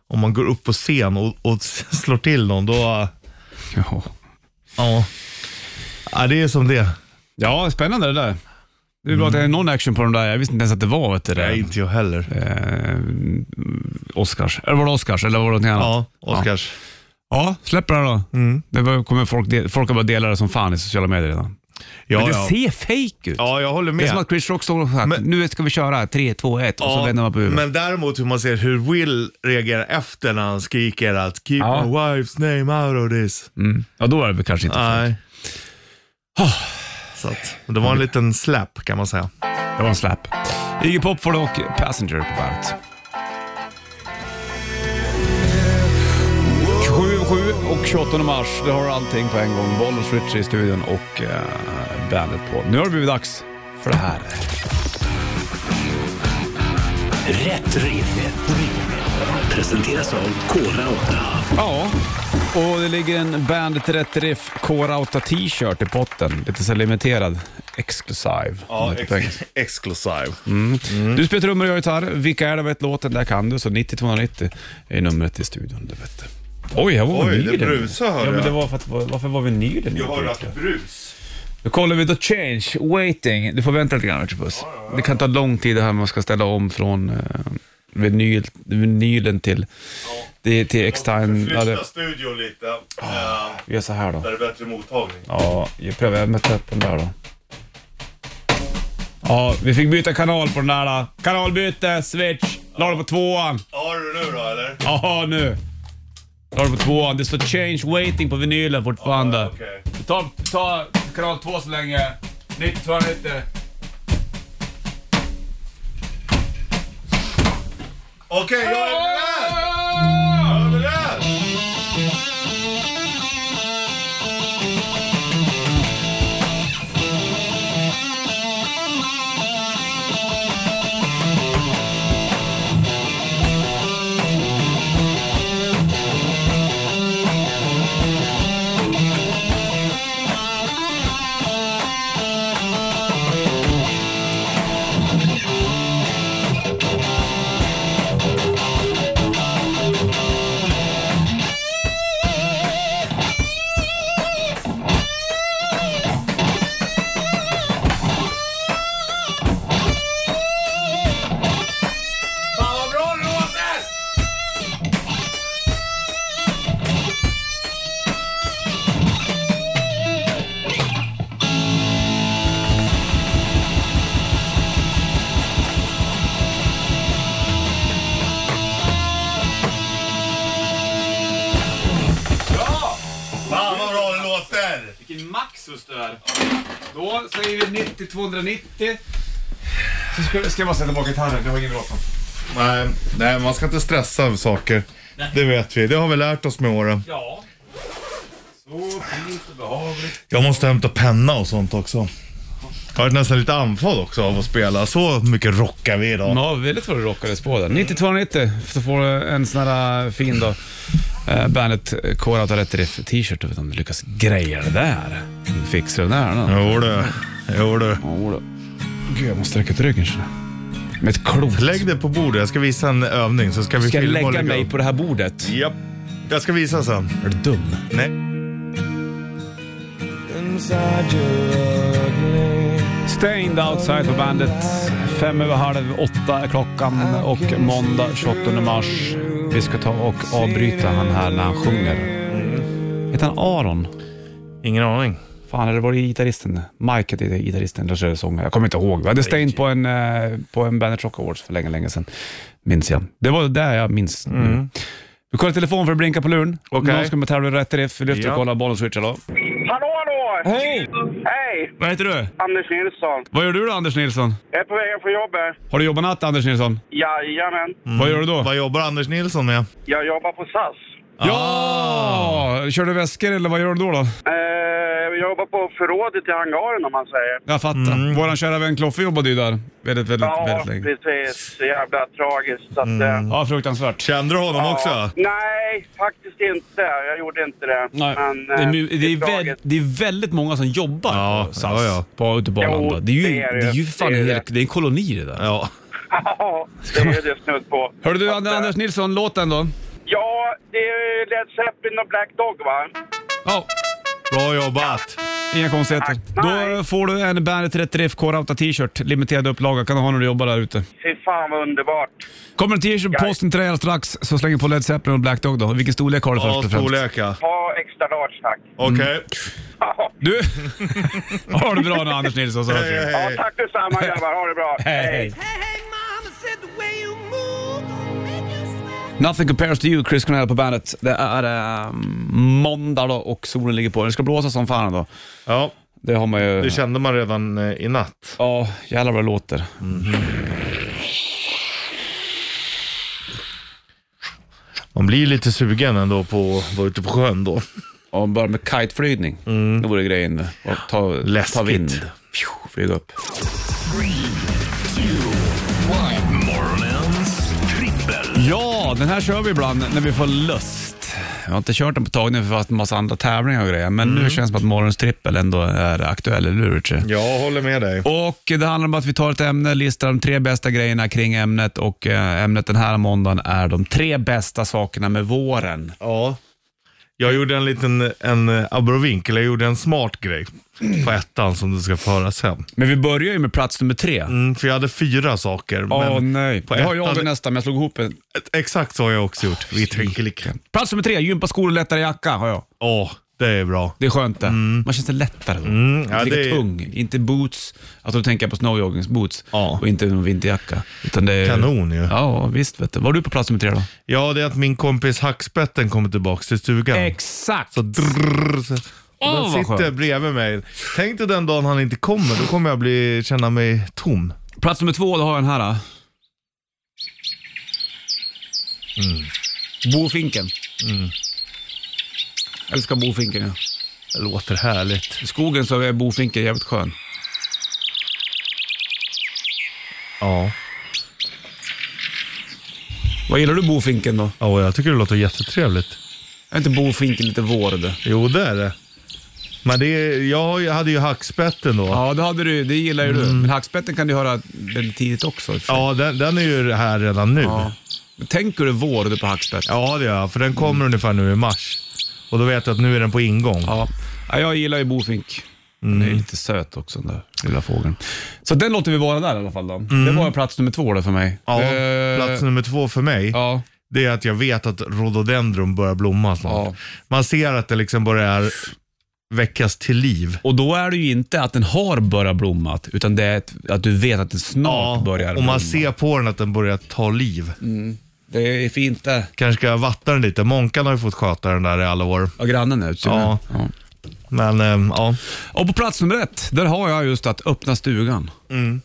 [SPEAKER 3] om man går upp på scen och, och slår till någon då,
[SPEAKER 2] ja.
[SPEAKER 3] ja. ja det är som det
[SPEAKER 2] ja, spännande det där. Det är bra att det är någon action på de där. Jag visste inte ens att det var vet du,
[SPEAKER 3] Mm. Nej,
[SPEAKER 2] det.
[SPEAKER 3] inte jag heller.
[SPEAKER 2] Eh, Oscars. Eller var det Oscars? Eller var det någonting annat?
[SPEAKER 3] Ja, Mm. Oscars.
[SPEAKER 2] Ja, släpp det här då. Det var- kommer folk, de- folk har börjat dela det som fan i sociala medier redan.
[SPEAKER 3] Ja,
[SPEAKER 2] Men det
[SPEAKER 3] ja.
[SPEAKER 2] ser fake ut.
[SPEAKER 3] ja jag håller
[SPEAKER 2] Det är som
[SPEAKER 3] med.
[SPEAKER 2] att Chris Rock står och säger att
[SPEAKER 3] Men-
[SPEAKER 2] nu ska vi köra 3, 2, 1 och så
[SPEAKER 3] Ja,
[SPEAKER 2] vänder man på huvudet.
[SPEAKER 3] men däremot hur man ser hur Will reagerar efter när han skriker att “Keep
[SPEAKER 2] Ja.
[SPEAKER 3] my wife's name out of this”.
[SPEAKER 2] Mm. Ja, då är det väl kanske inte fake.
[SPEAKER 3] Nej. Ah. Så att, det var en
[SPEAKER 2] Mm.
[SPEAKER 3] liten släpp kan man säga.
[SPEAKER 2] Det var en slap. Iggy Pop får det och Passenger på bandet. 27 över 7 och 28 mars, det har du allting på en gång. Bollnäs Ritchie i studion och eh, bandet på. Nu har det blivit dags för det här.
[SPEAKER 1] Rätt riff. Presenteras av Kora 8.
[SPEAKER 2] Ja, och det ligger en Bandet Rätt Riff K-Rauta t-shirt i potten. Lite så limiterad. Exclusive.
[SPEAKER 3] Ja,
[SPEAKER 2] Lite pengar.
[SPEAKER 3] ex- exclusive.
[SPEAKER 2] Mm.
[SPEAKER 3] Mm.
[SPEAKER 2] Du spelar trummor och gör gitarr. Vilka är det vet låten? Där kan du. Så 90-290 är numret i studion. Det vet du. Oj, här var
[SPEAKER 3] Oj,
[SPEAKER 2] vinylen.
[SPEAKER 3] det brusar, hörde
[SPEAKER 2] Ja, men
[SPEAKER 3] jag.
[SPEAKER 2] det var för att, varför var vinylen
[SPEAKER 3] Jag hör
[SPEAKER 2] inte
[SPEAKER 3] att
[SPEAKER 2] ute?
[SPEAKER 3] brus.
[SPEAKER 2] Nu kollar vi The Change, Waiting. Du får vänta lite grann, Richard Puss. Det kan ta lång tid det här man ska ställa om från eh, vinyl, vinylen till, det, till extern... Mm, Ja, det,
[SPEAKER 3] studion lite, eh,
[SPEAKER 2] vi gör så här då.
[SPEAKER 3] där det är bättre mottagning.
[SPEAKER 2] Ja, jag prövar jag mäta upp den där då. Ja, vi fick byta kanal på den där. Då. Kanalbyte, switch. La det på tvåan.
[SPEAKER 3] Har du nu då eller?
[SPEAKER 2] Ja, nu. La det på tvåan. Det står change waiting på vinylen fortfarande.
[SPEAKER 3] okej.
[SPEAKER 2] ta, ta kanal två så länge. Nytt 290.
[SPEAKER 3] Okej, jag är beredd! Jag är beredd! Fan vad bra det låter! Bra! Fan vad bra det låter!
[SPEAKER 2] Vilken Maxus du är. Då säger vi 90 290. Så ska, ska jag bara sätta bak gitarren, det har ingen bråttom.
[SPEAKER 3] Nej, nej, man ska inte stressa över saker. Det vet vi. Det har vi lärt oss med åren.
[SPEAKER 2] Ja. Så fint och behagligt.
[SPEAKER 3] Jag måste hämta penna och sånt också. Jag har varit nästan lite andfådd också av att spela. Så mycket rockar vi idag.
[SPEAKER 2] Ja, väldigt vad du rockades på där. 90 290 så får du en sån här äh, fin då. Eh, Bandet Core Out Rätt Riff t-shirt. Jag vet inte om du lyckas greja det där. Fixar du det där nu?
[SPEAKER 3] Jo du, jo du.
[SPEAKER 2] Jodå. Gud, jag måste sträcka ut ryggen känner jag. Med ett klot.
[SPEAKER 3] Lägg det på bordet. Jag ska visa en övning så ska vi
[SPEAKER 2] Ska jag
[SPEAKER 3] filma och
[SPEAKER 2] lägga mig
[SPEAKER 3] upp.
[SPEAKER 2] på det här bordet?
[SPEAKER 3] Japp. Jag ska visa sen.
[SPEAKER 2] Är du dum?
[SPEAKER 3] Nej.
[SPEAKER 2] Stained Outside på bandet. Fem över halv åtta är klockan och måndag 28 mars. Vi ska ta och avbryta han här när han sjunger. Heter han Aron?
[SPEAKER 3] Ingen aning.
[SPEAKER 2] Fan, eller var det gitarristen? Mike hette gitarristen, eller så är det sångaren. Jag kommer inte ihåg. Vi hade Stained på en, eh, på en Bandet Rock Awards för länge, länge sedan. Minns jag. Det var där jag minns nu. Vi kollar telefon för att blinka på luren.
[SPEAKER 3] Mm. Okej.
[SPEAKER 2] Någon ska med tävla i rätt riff. Vi lyfter
[SPEAKER 3] Ja.
[SPEAKER 2] och kollar bollen switch, hallå.
[SPEAKER 7] Hallå, hallå!
[SPEAKER 2] Hej!
[SPEAKER 7] Hej!
[SPEAKER 2] Vad heter du?
[SPEAKER 7] Anders Nilsson.
[SPEAKER 2] Vad gör du då, Anders Nilsson?
[SPEAKER 7] Jag är på väg hem från jobbet.
[SPEAKER 2] Har du jobbat natt, Anders Nilsson?
[SPEAKER 7] Jajamän.
[SPEAKER 3] Mm.
[SPEAKER 2] Vad gör du då?
[SPEAKER 3] Vad jobbar Anders Nilsson med?
[SPEAKER 7] Jag jobbar på SAS.
[SPEAKER 3] Ah!
[SPEAKER 2] Ja! Kör du väskor eller vad gör du då? då?
[SPEAKER 7] Eh, jag jobbar på förrådet i hangaren om man säger.
[SPEAKER 2] Jag fattar.
[SPEAKER 3] Mm.
[SPEAKER 2] Våran kära vän Kloffe jobbade ju där väldigt, väldigt,
[SPEAKER 7] Ja,
[SPEAKER 2] väldigt länge.
[SPEAKER 7] precis. Så jävla tragiskt. Så att, eh,
[SPEAKER 2] Ja, fruktansvärt.
[SPEAKER 3] Kände du honom
[SPEAKER 7] ja.
[SPEAKER 3] också?
[SPEAKER 7] Nej, faktiskt inte. Jag gjorde inte det.
[SPEAKER 2] Nej.
[SPEAKER 7] Men,
[SPEAKER 2] det,
[SPEAKER 7] eh,
[SPEAKER 2] är, mu- det, är väl,
[SPEAKER 7] tragiskt.
[SPEAKER 2] det är väldigt många som jobbar
[SPEAKER 3] Ja,
[SPEAKER 2] på SAS
[SPEAKER 3] ja, ja.
[SPEAKER 2] På, ute på
[SPEAKER 7] Jo,
[SPEAKER 2] Arlanda. Det är ju,
[SPEAKER 7] det är det.
[SPEAKER 2] det är ju fan
[SPEAKER 7] Det är
[SPEAKER 2] en,
[SPEAKER 7] det.
[SPEAKER 2] hel, det är en koloni det där.
[SPEAKER 3] Ja.
[SPEAKER 7] Ja, det är det snudd på.
[SPEAKER 2] Hörde du
[SPEAKER 7] Så att,
[SPEAKER 2] And-
[SPEAKER 7] eh,
[SPEAKER 2] Anders Nilsson, låten då?
[SPEAKER 7] Ja, det är Led Zeppelin och Black Dog va?
[SPEAKER 2] Ja,
[SPEAKER 3] Bra jobbat.
[SPEAKER 2] inga konstigheter.
[SPEAKER 7] Tack, nej.
[SPEAKER 2] Då får du en Bandet 30 Riff K-Rauta t-shirt. Limiterad upplaga. Kan du ha när du jobbar där ute.
[SPEAKER 7] Fy fan vad underbart.
[SPEAKER 2] Kommer en t-shirt på
[SPEAKER 7] Ja.
[SPEAKER 2] posten till dig alldeles strax så slänger på Led Zeppelin och Black Dog då. Vilken storlek har du först
[SPEAKER 3] Ja,
[SPEAKER 2] och främst? Mm.
[SPEAKER 3] storlek ja.
[SPEAKER 7] Ha extra large tack.
[SPEAKER 3] Okej.
[SPEAKER 2] Du, ha det bra nu Anders Nilsson. Så hörs vi.
[SPEAKER 3] Hej, hej,
[SPEAKER 7] Ja,
[SPEAKER 3] hej.
[SPEAKER 7] tack detsamma grabbar. Ha det bra.
[SPEAKER 2] Hej. Nothing compares to you, Chris Cornell på bandet. Det är eh, måndag då och solen ligger på. Det ska blåsa som fan då.
[SPEAKER 3] Ja,
[SPEAKER 2] Det har man ju...
[SPEAKER 3] det kände man redan eh, i natt.
[SPEAKER 2] Ja, jävlar vad det låter.
[SPEAKER 3] Man blir lite sugen ändå på att vara ute på sjön då.
[SPEAKER 2] Och bara med kiteflygning. Det vore grejen. Och ta,
[SPEAKER 3] Mm. Läskigt.
[SPEAKER 2] ta vind. Pju, Flyga upp.
[SPEAKER 1] Morgonens trippel.
[SPEAKER 2] Ja, den här kör vi ibland när vi får lust. Jag har inte kört den på tag nu för att det har varit en massa andra tävlingar och grejer, men
[SPEAKER 3] Mm.
[SPEAKER 2] nu känns det som att morgonens trippel ändå är aktuell, eller hur Richie?
[SPEAKER 3] Jag håller med dig.
[SPEAKER 2] Och det handlar om att vi tar ett ämne, listar de tre bästa grejerna kring ämnet och eh, ämnet den här måndagen är de tre bästa sakerna med våren.
[SPEAKER 3] Ja. Jag gjorde en liten en eh, abrovinkel, jag gjorde en smart grej på ettan som du ska få höra sen.
[SPEAKER 2] Men vi börjar ju med plats nummer tre.
[SPEAKER 3] Mm, för jag hade fyra saker.
[SPEAKER 2] Åh
[SPEAKER 3] men
[SPEAKER 2] nej,
[SPEAKER 3] på
[SPEAKER 2] det har jag
[SPEAKER 3] ettan- Eh,
[SPEAKER 2] nästan men jag slog ihop en.
[SPEAKER 3] Exakt så har jag också gjort. Vi tänker lika.
[SPEAKER 2] Plats nummer tre, gympaskor och lättare jacka har jag.
[SPEAKER 3] Ja, Det är bra.
[SPEAKER 2] Det är skönt det. Man känner sig lättare då.
[SPEAKER 3] Mm, ja,
[SPEAKER 2] inte lika
[SPEAKER 3] det är-
[SPEAKER 2] tung. Inte boots, alltså då tänker jag på snowjoggingsboots
[SPEAKER 3] Ja.
[SPEAKER 2] och inte någon vinterjacka. Utan det är...
[SPEAKER 3] Kanon ju. Ja.
[SPEAKER 2] Ja, visst vet du. Var du på plats nummer tre då?
[SPEAKER 3] det är att min kompis hackspetten kommer tillbaka till stugan.
[SPEAKER 2] Exakt!
[SPEAKER 3] Så drrrr, så.
[SPEAKER 2] Åh,
[SPEAKER 3] Den
[SPEAKER 2] vad
[SPEAKER 3] sitter
[SPEAKER 2] skönt.
[SPEAKER 3] bredvid mig. Tänk dig den dagen han inte kommer, då kommer jag bli, känna mig tom.
[SPEAKER 2] Plats nummer två, då har jag den här. äh. Då.
[SPEAKER 3] Mm.
[SPEAKER 2] Mm. Bofinken. Älskar bofinken ja.
[SPEAKER 3] Det låter härligt.
[SPEAKER 2] I skogen så är bofinken jävligt skön.
[SPEAKER 3] Ja.
[SPEAKER 2] Vad gillar du bofinken då?
[SPEAKER 3] ja, jag tycker det låter jättetrevligt.
[SPEAKER 2] Är inte bofinken lite vår det?
[SPEAKER 3] Jo, det är det. Men det, är- jag hade ju hackspetten då. Ja,
[SPEAKER 2] Ja, det, hade du, det gillar ju
[SPEAKER 3] Mm.
[SPEAKER 2] du. Men hackspetten kan du höra väldigt tidigt också.
[SPEAKER 3] den, den är ju här redan nu.
[SPEAKER 2] Ja. Men Tänker du vår du på hackspett?
[SPEAKER 3] Ja, det gör jag. För den kommer ungefär nu i mars. Och då vet jag att nu är den på ingång.
[SPEAKER 2] Ja. Ja, Jag gillar ju bofink. Den
[SPEAKER 3] Mm.
[SPEAKER 2] är ju lite söt också den där lilla fågeln. Så den låter vi vara där i alla fall då. Det var ju plats nummer två då för mig.
[SPEAKER 3] Mm. Ja,
[SPEAKER 2] Eh,
[SPEAKER 3] plats nummer två för mig,
[SPEAKER 2] Ja,
[SPEAKER 3] det är att jag vet att rhododendron börjar blomma snart.
[SPEAKER 2] Ja.
[SPEAKER 3] Man ser att det liksom börjar väckas till liv.
[SPEAKER 2] och då är det ju inte att den har börjat blomma, utan det är ett, att du vet att den snart börjar
[SPEAKER 3] och
[SPEAKER 2] blomma.
[SPEAKER 3] man ser på den att den börjar ta liv.
[SPEAKER 2] Det är fint det.
[SPEAKER 3] Kanske ska jag vattna den lite. Månkan har ju fått sköta den där i alla år.
[SPEAKER 2] Ja, grannen är ute.
[SPEAKER 3] Ja.
[SPEAKER 2] Ja.
[SPEAKER 3] Men ehm, ja,
[SPEAKER 2] Och på plats nummer ett, där har jag just att öppna stugan.
[SPEAKER 3] Mm.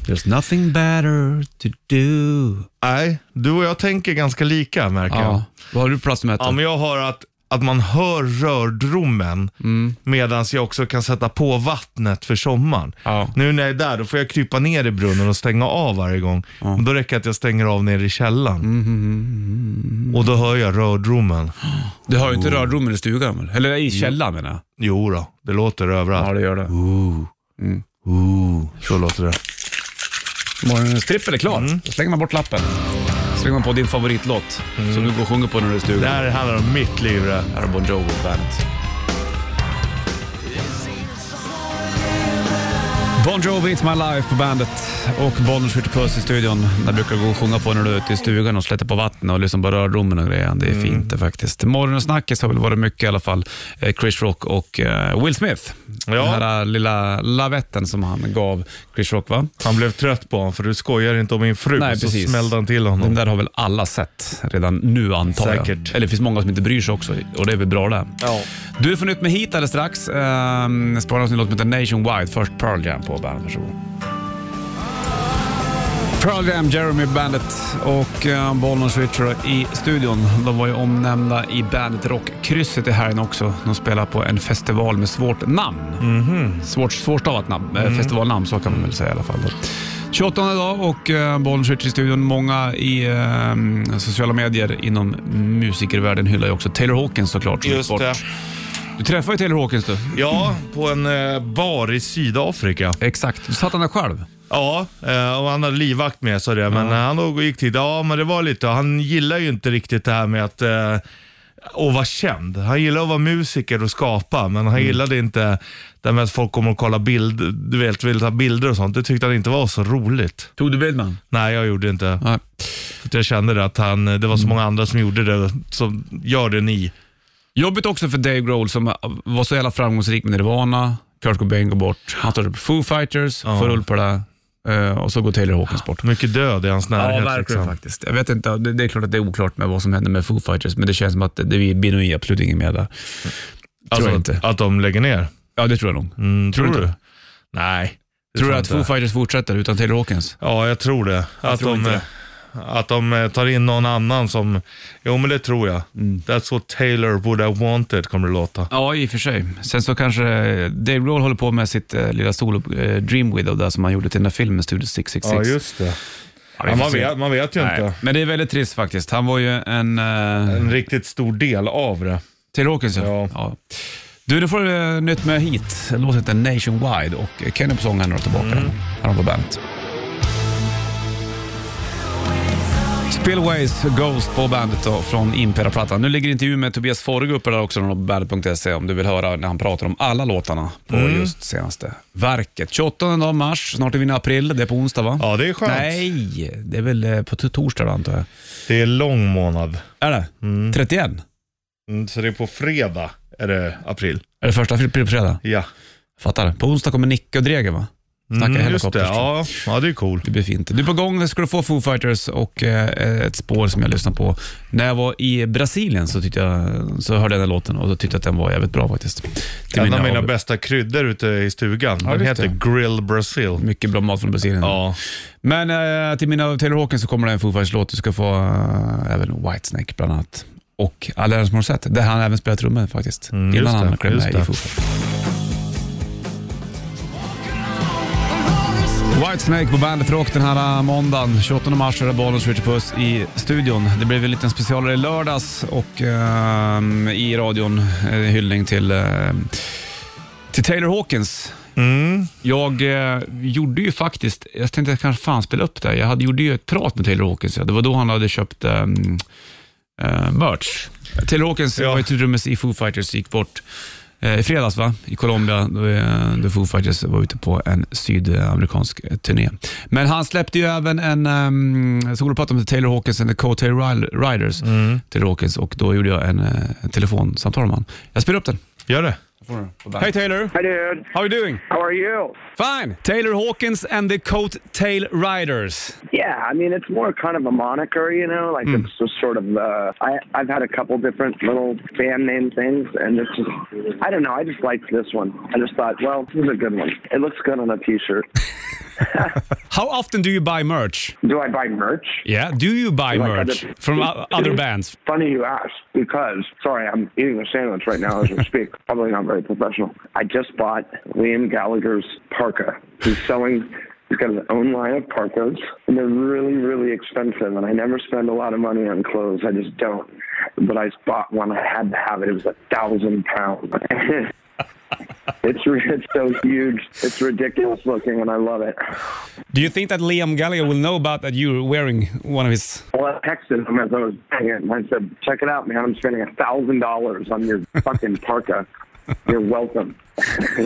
[SPEAKER 2] There's nothing better to do.
[SPEAKER 3] nej, du och jag tänker ganska lika märker jag.
[SPEAKER 2] Ja. Vad har du på plats nummer ett?
[SPEAKER 3] Ja,
[SPEAKER 2] då?
[SPEAKER 3] men jag har att, att man hör rördromen
[SPEAKER 2] Mm.
[SPEAKER 3] medan jag också kan sätta på vattnet för sommaren.
[SPEAKER 2] Ja.
[SPEAKER 3] Nu när jag är där, då får jag krypa ner i brunnen och stänga av varje gång. Men Då räcker det att jag stänger av nere i källaren.
[SPEAKER 2] Mm,
[SPEAKER 3] Och då hör jag rördromen.
[SPEAKER 2] Du har ju
[SPEAKER 3] Oh.
[SPEAKER 2] inte rördromen i stugan väl? Eller i källaren menar jag. Oh.
[SPEAKER 3] Jo då, Mm. det låter överallt.
[SPEAKER 2] det gör det.
[SPEAKER 3] Så låter det.
[SPEAKER 2] Morgonens trippel är klar.
[SPEAKER 3] Mm.
[SPEAKER 2] Då slänger man bort lappen. Slänger man på din favoritlåt
[SPEAKER 3] Mm.
[SPEAKER 2] som du går och sjunger på när du är i
[SPEAKER 3] Det
[SPEAKER 2] stugan.
[SPEAKER 3] här handlar om mitt liv det.
[SPEAKER 2] Här har Bon Jovi på bandet. Bon Jovi, It's My Life på bandet och Bonniers skjuter puss i studion. Där brukar du gå och sjunga på när du är ute i stugan och släpper på vattnet och lyssnar på rördromen och grejer. Det är fint det faktiskt. Morgonens snackis har väl varit mycket i alla fall. Eh, Chris Rock och eh, Will Smith.
[SPEAKER 3] Ja.
[SPEAKER 2] Den här eh, lilla lavetten som han gav Chris Rock va?
[SPEAKER 3] Han blev trött på honom för du skojar inte om min fru.
[SPEAKER 2] Nej,
[SPEAKER 3] så
[SPEAKER 2] precis.
[SPEAKER 3] smällde han till honom.
[SPEAKER 2] Den där har väl alla sett redan nu antar jag.
[SPEAKER 3] Säkert.
[SPEAKER 2] Eller det finns många som inte bryr sig också och det är väl bra det.
[SPEAKER 3] Ja.
[SPEAKER 2] Du får nytt med hit alldeles strax. Ehm, Spara oss en låt som heter Nationwide. Först Pearl Jam på bandet. Varsågod. Pearl Jam, Jeremy Bandet och eh, Bollnäs Switcher i studion. De var ju omnämnda i Bandet Rock-krysset i helgen också. De spelar på en festival med svårt namn. Svårt, svårstavat namn, eh, festivalnamn, så kan man väl säga i alla fall. Då. 28 dag och eh, Bollnäs Switcher i studion. Många i eh, sociala medier inom musikervärlden hyllar ju också Taylor Hawkins såklart. som gick
[SPEAKER 3] Just
[SPEAKER 2] bort.
[SPEAKER 3] det.
[SPEAKER 2] Du träffade ju Taylor Hawkins du.
[SPEAKER 3] Ja, på en eh, bar i Sydafrika.
[SPEAKER 2] Exakt. Du satt han där själv.
[SPEAKER 3] Ja, eh, och han hade livvakt med sig och det. Men när han låg och gick till, ja men det var lite, han gillar ju inte riktigt det här med att eh, och vara känd. Han gillar att vara musiker och skapa, men han
[SPEAKER 2] Mm.
[SPEAKER 3] gillade inte det här med att folk kommer och kollar bild, du vet, vill ta bilder och sånt. Det tyckte han inte var så roligt.
[SPEAKER 2] Tog du bild med honom?
[SPEAKER 3] Nej, jag gjorde inte.
[SPEAKER 2] Nej.
[SPEAKER 3] För att jag kände det att han, det
[SPEAKER 2] Mm.
[SPEAKER 3] var så många andra som gjorde det, som gör det ni.
[SPEAKER 2] Jobbigt också för Dave Grohl som var så jävla framgångsrik med Nirvana. Kurt Cobain går bort. Han tar upp Foo Fighters, får rull på det eh, och så går Taylor Hawkins bort.
[SPEAKER 3] Mycket död i hans närhet. liksom.
[SPEAKER 2] faktiskt. Jag vet inte, det, det är klart att det är oklart med vad som händer med Foo Fighters, men det känns som att det, det blir nog absolut ingen mer där. tror
[SPEAKER 3] Alltså,
[SPEAKER 2] jag inte.
[SPEAKER 3] att de lägger ner.
[SPEAKER 2] Ja, det tror jag nog.
[SPEAKER 3] Mm, tror,
[SPEAKER 2] du
[SPEAKER 3] du?
[SPEAKER 2] inte?
[SPEAKER 3] Nej. det
[SPEAKER 2] Tror du
[SPEAKER 3] jag
[SPEAKER 2] att
[SPEAKER 3] inte.
[SPEAKER 2] Foo Fighters fortsätter utan Taylor Hawkins?
[SPEAKER 3] Ja, jag tror det. att,
[SPEAKER 2] tror
[SPEAKER 3] de,
[SPEAKER 2] inte det.
[SPEAKER 3] att de eh, tar in någon annan som... Jo, men det tror jag. That's what Taylor would have wanted, kommer det låta.
[SPEAKER 2] Ja, i och för sig. Sen så kanske Dave Grohl håller på med sitt eh, lilla solo eh, Dream Widow där som han gjorde till den där filmen Studio 666.
[SPEAKER 3] just det.
[SPEAKER 2] Ja, vi
[SPEAKER 3] Ja,
[SPEAKER 2] får
[SPEAKER 3] man,
[SPEAKER 2] se.
[SPEAKER 3] vet, man vet ju
[SPEAKER 2] Nej,
[SPEAKER 3] inte.
[SPEAKER 2] men det är väldigt trist faktiskt. Han var ju en... Eh,
[SPEAKER 3] En riktigt stor del av det.
[SPEAKER 2] Taylor Hawkins ja.
[SPEAKER 3] Ja.
[SPEAKER 2] ja. Du, nu får du eh, nytt med hit. Låten heter Nationwide och eh, Kenny på sången är tillbaka. Mm. Här har på bandet. Spillways Ghost på bandet då, från Impera-plattan. Nu ligger intervju med Tobias Forge uppe där också på bandet.se om du vill höra när han pratar om alla låtarna på
[SPEAKER 3] Mm.
[SPEAKER 2] just senaste verket. 28 dag mars, snart är vi inne i april. Det är på onsdag va?
[SPEAKER 3] Ja, det är skönt.
[SPEAKER 2] Nej, det är väl eh, på t- torsdag då, antar jag.
[SPEAKER 3] Det är lång månad.
[SPEAKER 2] Är det? 31?
[SPEAKER 3] Mm, så det är på fredag. är det april.
[SPEAKER 2] Är det första april på fredag?
[SPEAKER 3] Ja.
[SPEAKER 2] Fattar. På onsdag kommer Nicke och Dreger va? Snacka
[SPEAKER 3] Mm, just det,
[SPEAKER 2] helikopters.
[SPEAKER 3] ja. ja det är cool.
[SPEAKER 2] Det blir fint. Du är på gång, nu ska du få Foo Fighters och eh, ett spår som jag lyssnade på. När jag var i Brasilien så, tyckte jag, så hörde jag den låten och då tyckte jag att den var jävligt bra faktiskt. Till
[SPEAKER 3] en av mina
[SPEAKER 2] av-
[SPEAKER 3] bästa kryddor ute i stugan. Den
[SPEAKER 2] just Mm.
[SPEAKER 3] heter Grill Brazil.
[SPEAKER 2] Mycket bra mat från Brasilien.
[SPEAKER 3] Ja.
[SPEAKER 2] Men eh, till mina Taylor Hawkins så kommer det en Foo Fighters-låt. Du ska få eh, även Whitesnake bland annat. Och Alanis Morissette, där han även spelar trummor faktiskt.
[SPEAKER 3] Mm, just
[SPEAKER 2] innan han
[SPEAKER 3] det,
[SPEAKER 2] klev
[SPEAKER 3] just
[SPEAKER 2] med i
[SPEAKER 3] det.
[SPEAKER 2] Foo Fighters. Whitesnake på bandet Rock den här eh, måndagen. 28 mars är det Bollnäs Richard Puss i studion. Det blev en liten specialare i lördags och ehm, i radion eh, hyllning till, ehm, till Taylor Hawkins.
[SPEAKER 3] Mm.
[SPEAKER 2] Jag eh, gjorde ju faktiskt, jag tänkte att jag kanske fan spela upp det. här. Jag hade, gjorde ju ett prat med Taylor Hawkins. Ja. Det var då han hade köpt um, uh, merch. Taylor Hawkins
[SPEAKER 3] Ja.
[SPEAKER 2] var ju trummis i Foo Fighters, gick bort eh, i fredags va? i Colombia då, eh, då Foo Fighters var ute på en sydamerikansk eh, turné. Men han släppte ju även en um, soloplatta med Taylor Hawkins and the Coattail Ri- Riders. Taylor Hawkins och då gjorde jag en, eh, en telefonsamtal med honom. Jag spelar upp den.
[SPEAKER 3] Gör det.
[SPEAKER 2] Hej Taylor,
[SPEAKER 7] Hi, dude.
[SPEAKER 2] how are you doing?
[SPEAKER 7] How are you?
[SPEAKER 2] Fine. Taylor Hawkins and the Coattail Riders.
[SPEAKER 7] Yeah, I mean, it's more kind of a moniker, you know, like it's just sort of. Uh, I I've had a couple different little fan name things, and it's just I don't know. I just liked this one. I just thought, well, this is a good one. It looks good on a T-shirt.
[SPEAKER 2] How often do you buy merch?
[SPEAKER 7] Do I buy merch?
[SPEAKER 2] Yeah, do you buy
[SPEAKER 7] Like
[SPEAKER 2] merch
[SPEAKER 7] other-
[SPEAKER 2] from o- other bands?
[SPEAKER 7] Funny you ask, because sorry, I'm eating a sandwich right now as we speak. Probably not very professional. I just bought Liam Gallagher's parka. He's selling. He's got his own line of parkas, and they're really, really expensive. And I never spend a lot of money on clothes. I just don't. But I bought one. I had to have it. It was a thousand pounds. It's re- it's so huge. It's ridiculous looking, and I love it.
[SPEAKER 2] Do you think that Liam Gallagher will know about that you're wearing one of his?
[SPEAKER 7] Well, I texted him as I was buying it, and I said, "Check it out, man! I'm spending a thousand dollars on your fucking parka. You're welcome."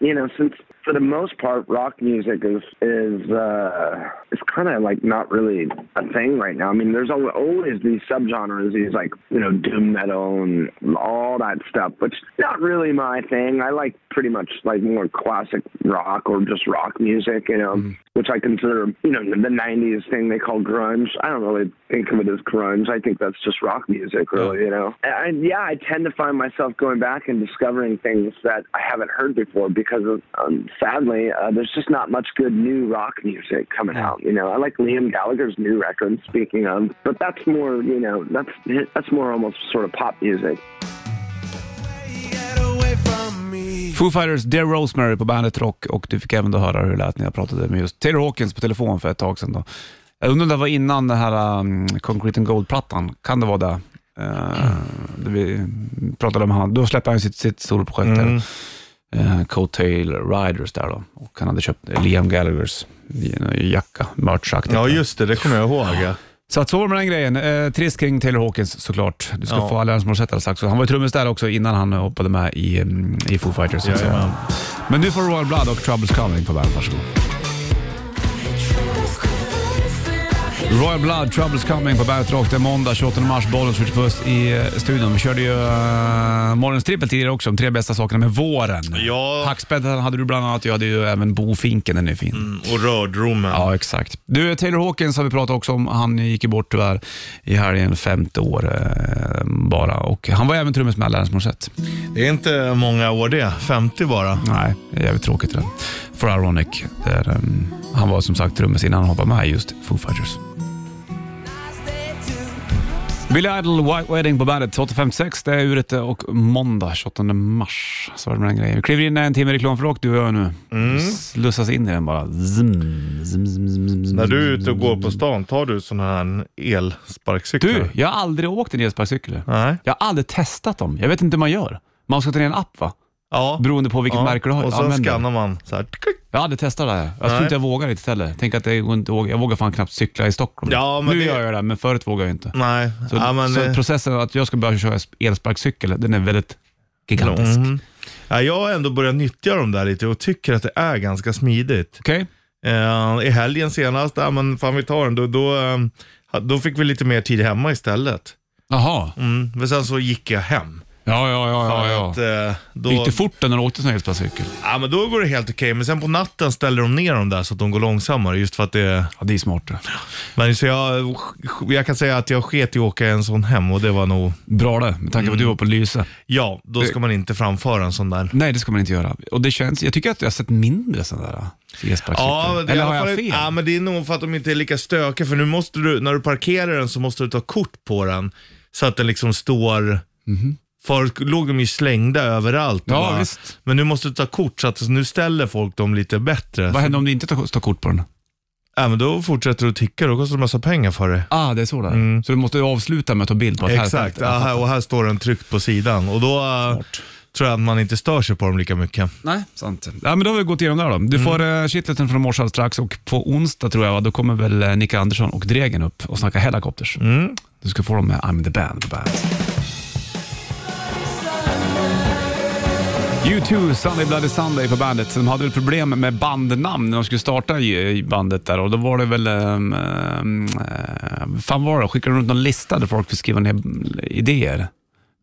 [SPEAKER 7] you know, since for the most part, rock music is is uh, it's kind of like not really a thing right now. I mean, there's al- always these subgenres, these like you know doom metal and all that stuff, which not really my thing. I like pretty much like more classic rock or just rock music, you know, which I consider you know the '90s thing they call grunge. I don't really think of it as grunge. I think that's just rock music, really, you know. And, and yeah, I tend to find myself going back and discovering things that I haven't heard before because, of, um, sadly, uh, there's just not much good new rock music coming out. You know, I like Liam Gallagher's new record. Speaking of, but that's more, you know, that's that's more almost sort of pop music.
[SPEAKER 2] Foo Fighters, Dear Rosemary på bandet Rock och du fick även då höra hur det lät när jag pratade med just Taylor Hawkins på telefon för ett tag sedan. Då. Jag undrar om det var innan den här um, Concrete and Gold-plattan. Kan det vara det? Eh, det vi pratade om han. Då släppte han ju sitt, sitt soloprojekt. där.
[SPEAKER 3] Mm.
[SPEAKER 2] eh, Coattail Riders där då. Och han hade köpt Liam Gallaghers eh, jacka, merchaktigt.
[SPEAKER 3] Ja, just det. Det kommer jag ihåg. Ja.
[SPEAKER 2] Så att så var det med den grejen. Eh, trist kring Taylor Hawkins såklart. Du ska
[SPEAKER 3] Ja.
[SPEAKER 2] få alla hans morsätt har sagt. Så han var ju trummis där också innan han hoppade med i, mm, i Foo Fighters. så att säga.
[SPEAKER 3] Jajamän.
[SPEAKER 2] Men nu får Royal Blood och Troubles Coming på bandet. Varsågod. Royal Blood, Troubles Coming på Bandet Rock. Det är måndag 28 mars, bollen skjuts puss i eh, studion. Vi körde ju uh, morgonstrippel tidigare också, de tre bästa sakerna med våren.
[SPEAKER 3] Ja.
[SPEAKER 2] Hackspettan hade du bland annat, jag hade ju även bofinken, den är fin.
[SPEAKER 3] Och rördromen.
[SPEAKER 2] Ja, exakt. Du, Taylor Hawkins har vi pratat också om. Han gick ju bort tyvärr i helgen, femte år eh, bara. Och han var även trummis med Alanis Morissette.
[SPEAKER 3] Det är inte många år det. 50 bara.
[SPEAKER 2] Nej, det är jävligt tråkigt det där. For Ironic. Där, eh, han var som sagt trummis innan han hoppade med i just Foo Fighters. Billy Idol, White Wedding på bandet. 8.56, det är uret eh, och måndag 28 mars. Så var det med den grejen. Vi kliver in i en timme reklam för rock du och jag nu. Slussas in i den bara. Zim, zim, zim, zim, zim,
[SPEAKER 3] När du är
[SPEAKER 2] zim,
[SPEAKER 3] ute och
[SPEAKER 2] zim,
[SPEAKER 3] går
[SPEAKER 2] zim.
[SPEAKER 3] på stan, tar du sån här elsparkcykel?
[SPEAKER 2] Du, jag har aldrig åkt en elsparkcykel.
[SPEAKER 3] Nej.
[SPEAKER 2] Jag har aldrig testat dem. Jag vet inte hur man gör. Man ska ta ner en app va?
[SPEAKER 3] Ja.
[SPEAKER 2] Beroende på vilket märke du har.
[SPEAKER 3] Och sen
[SPEAKER 2] använder.
[SPEAKER 3] skannar man så här.
[SPEAKER 2] Jag har aldrig testat det här. Jag tror
[SPEAKER 3] Nej.
[SPEAKER 2] inte jag vågar riktigt heller. Tänk att jag, går inte, vågar- jag vågar fan knappt cykla i Stockholm.
[SPEAKER 3] Ja, men
[SPEAKER 2] nu
[SPEAKER 3] det-
[SPEAKER 2] gör jag det, men förut vågar jag inte.
[SPEAKER 3] Nej.
[SPEAKER 2] Så,
[SPEAKER 3] ja, men,
[SPEAKER 2] så
[SPEAKER 3] eh,
[SPEAKER 2] processen att jag ska börja köra elsparkcykel, den är väldigt gigantisk.
[SPEAKER 3] Mm. Ja, jag har ändå börjat nyttja dem där lite och tycker att det är ganska smidigt.
[SPEAKER 2] Okej?
[SPEAKER 3] Eh, I helgen senast, ja men fan vi tar den, då, då, eh, då fick vi lite mer tid hemma istället.
[SPEAKER 2] Jaha.
[SPEAKER 3] Mm. Men sen så gick jag hem.
[SPEAKER 2] Ja, ja, ja. ja,
[SPEAKER 3] Att,
[SPEAKER 2] ja.
[SPEAKER 3] eh, då,
[SPEAKER 2] Gick det fort när du åkte sån elcykel?
[SPEAKER 3] Ja, men då går det helt okej. Men sen på natten ställer de ner dem där så att de går långsammare. Just för att det...
[SPEAKER 2] Ja, det är smart det.
[SPEAKER 3] Men så jag, jag kan säga att jag sket i att åka en sån hem och det var nog...
[SPEAKER 2] Bra det, med tanke på
[SPEAKER 3] Mm.
[SPEAKER 2] att du var på Lyse.
[SPEAKER 3] Ja, då ska man inte framföra en sån där.
[SPEAKER 2] Nej, det ska man inte göra. Och det känns, jag tycker att jag har sett mindre sådana där elsparkcyklar.
[SPEAKER 3] Ja, men det är i
[SPEAKER 2] Eller har
[SPEAKER 3] alla
[SPEAKER 2] jag
[SPEAKER 3] fall-
[SPEAKER 2] fel?
[SPEAKER 3] Ja, men det är nog för att de inte är lika stökiga. För nu måste du, när du parkerar den så måste du ta kort på den. Så att den liksom står... Förut låg de ju slängda överallt. och
[SPEAKER 2] Mhm. Ja, visst.
[SPEAKER 3] Men nu måste du ta kort så att nu ställer folk dem lite bättre.
[SPEAKER 2] Vad händer om du inte tar, tar kort på den?
[SPEAKER 3] Ja, men då fortsätter du att ticka. Då kostar det en massa pengar för det.
[SPEAKER 2] Ah, det är så det är. Så du måste avsluta med att ta bild på att
[SPEAKER 3] Mm. Exakt,
[SPEAKER 2] här
[SPEAKER 3] ja, här, och här står den tryckt på sidan. Och då eh, tror jag att man inte stör sig på dem lika mycket.
[SPEAKER 2] Nej, sant. Ja, men då har vi gått igenom det här då. Du får mm. shitleten från morse alldeles strax och på onsdag tror jag, va, då kommer väl eh, Nicke Andersson och Dregen upp och snacka helikopters. Du ska få dem med I'm the band på bandet. U2, Sunday Bloody Sunday på bandet. De hade väl problem med bandnamn när de skulle starta i- i bandet där och då var det väl... Um, fan var det? Skickade de runt någon lista där folk fick skriva ner idéer?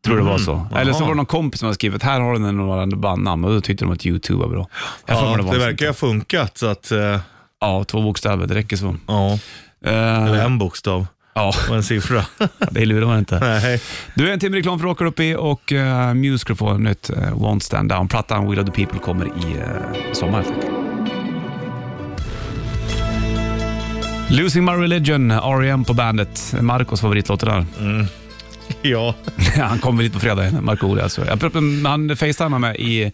[SPEAKER 2] Tror det var så. Eller så
[SPEAKER 3] Jaha.
[SPEAKER 2] var det någon kompis som hade skrivit här har den några bandnamn och då tyckte de att U2 var bra. Jag får
[SPEAKER 3] Ja,
[SPEAKER 2] mig
[SPEAKER 3] det
[SPEAKER 2] var sånt.
[SPEAKER 3] verkar ha funkat, så att... eh,
[SPEAKER 2] Ja, två bokstäver, det räcker så.
[SPEAKER 3] ja,
[SPEAKER 2] Eh,
[SPEAKER 3] eller en bokstav
[SPEAKER 2] ja,
[SPEAKER 3] och en siffra.
[SPEAKER 2] det lurar man inte.
[SPEAKER 3] Nej.
[SPEAKER 2] Du, en timme reklam för Rocker Upp i och uh, Muse ska få en nytt uh, Won't Stand Down. Plattan Will of the People kommer i eh, sommar helt enkelt. Losing My Religion, R.E.M. på bandet. Marcos favoritlåt det där.
[SPEAKER 3] Ja.
[SPEAKER 2] han kommer hit på fredag, Marco Oli alltså. Jag pratade med, han facetimade mig i,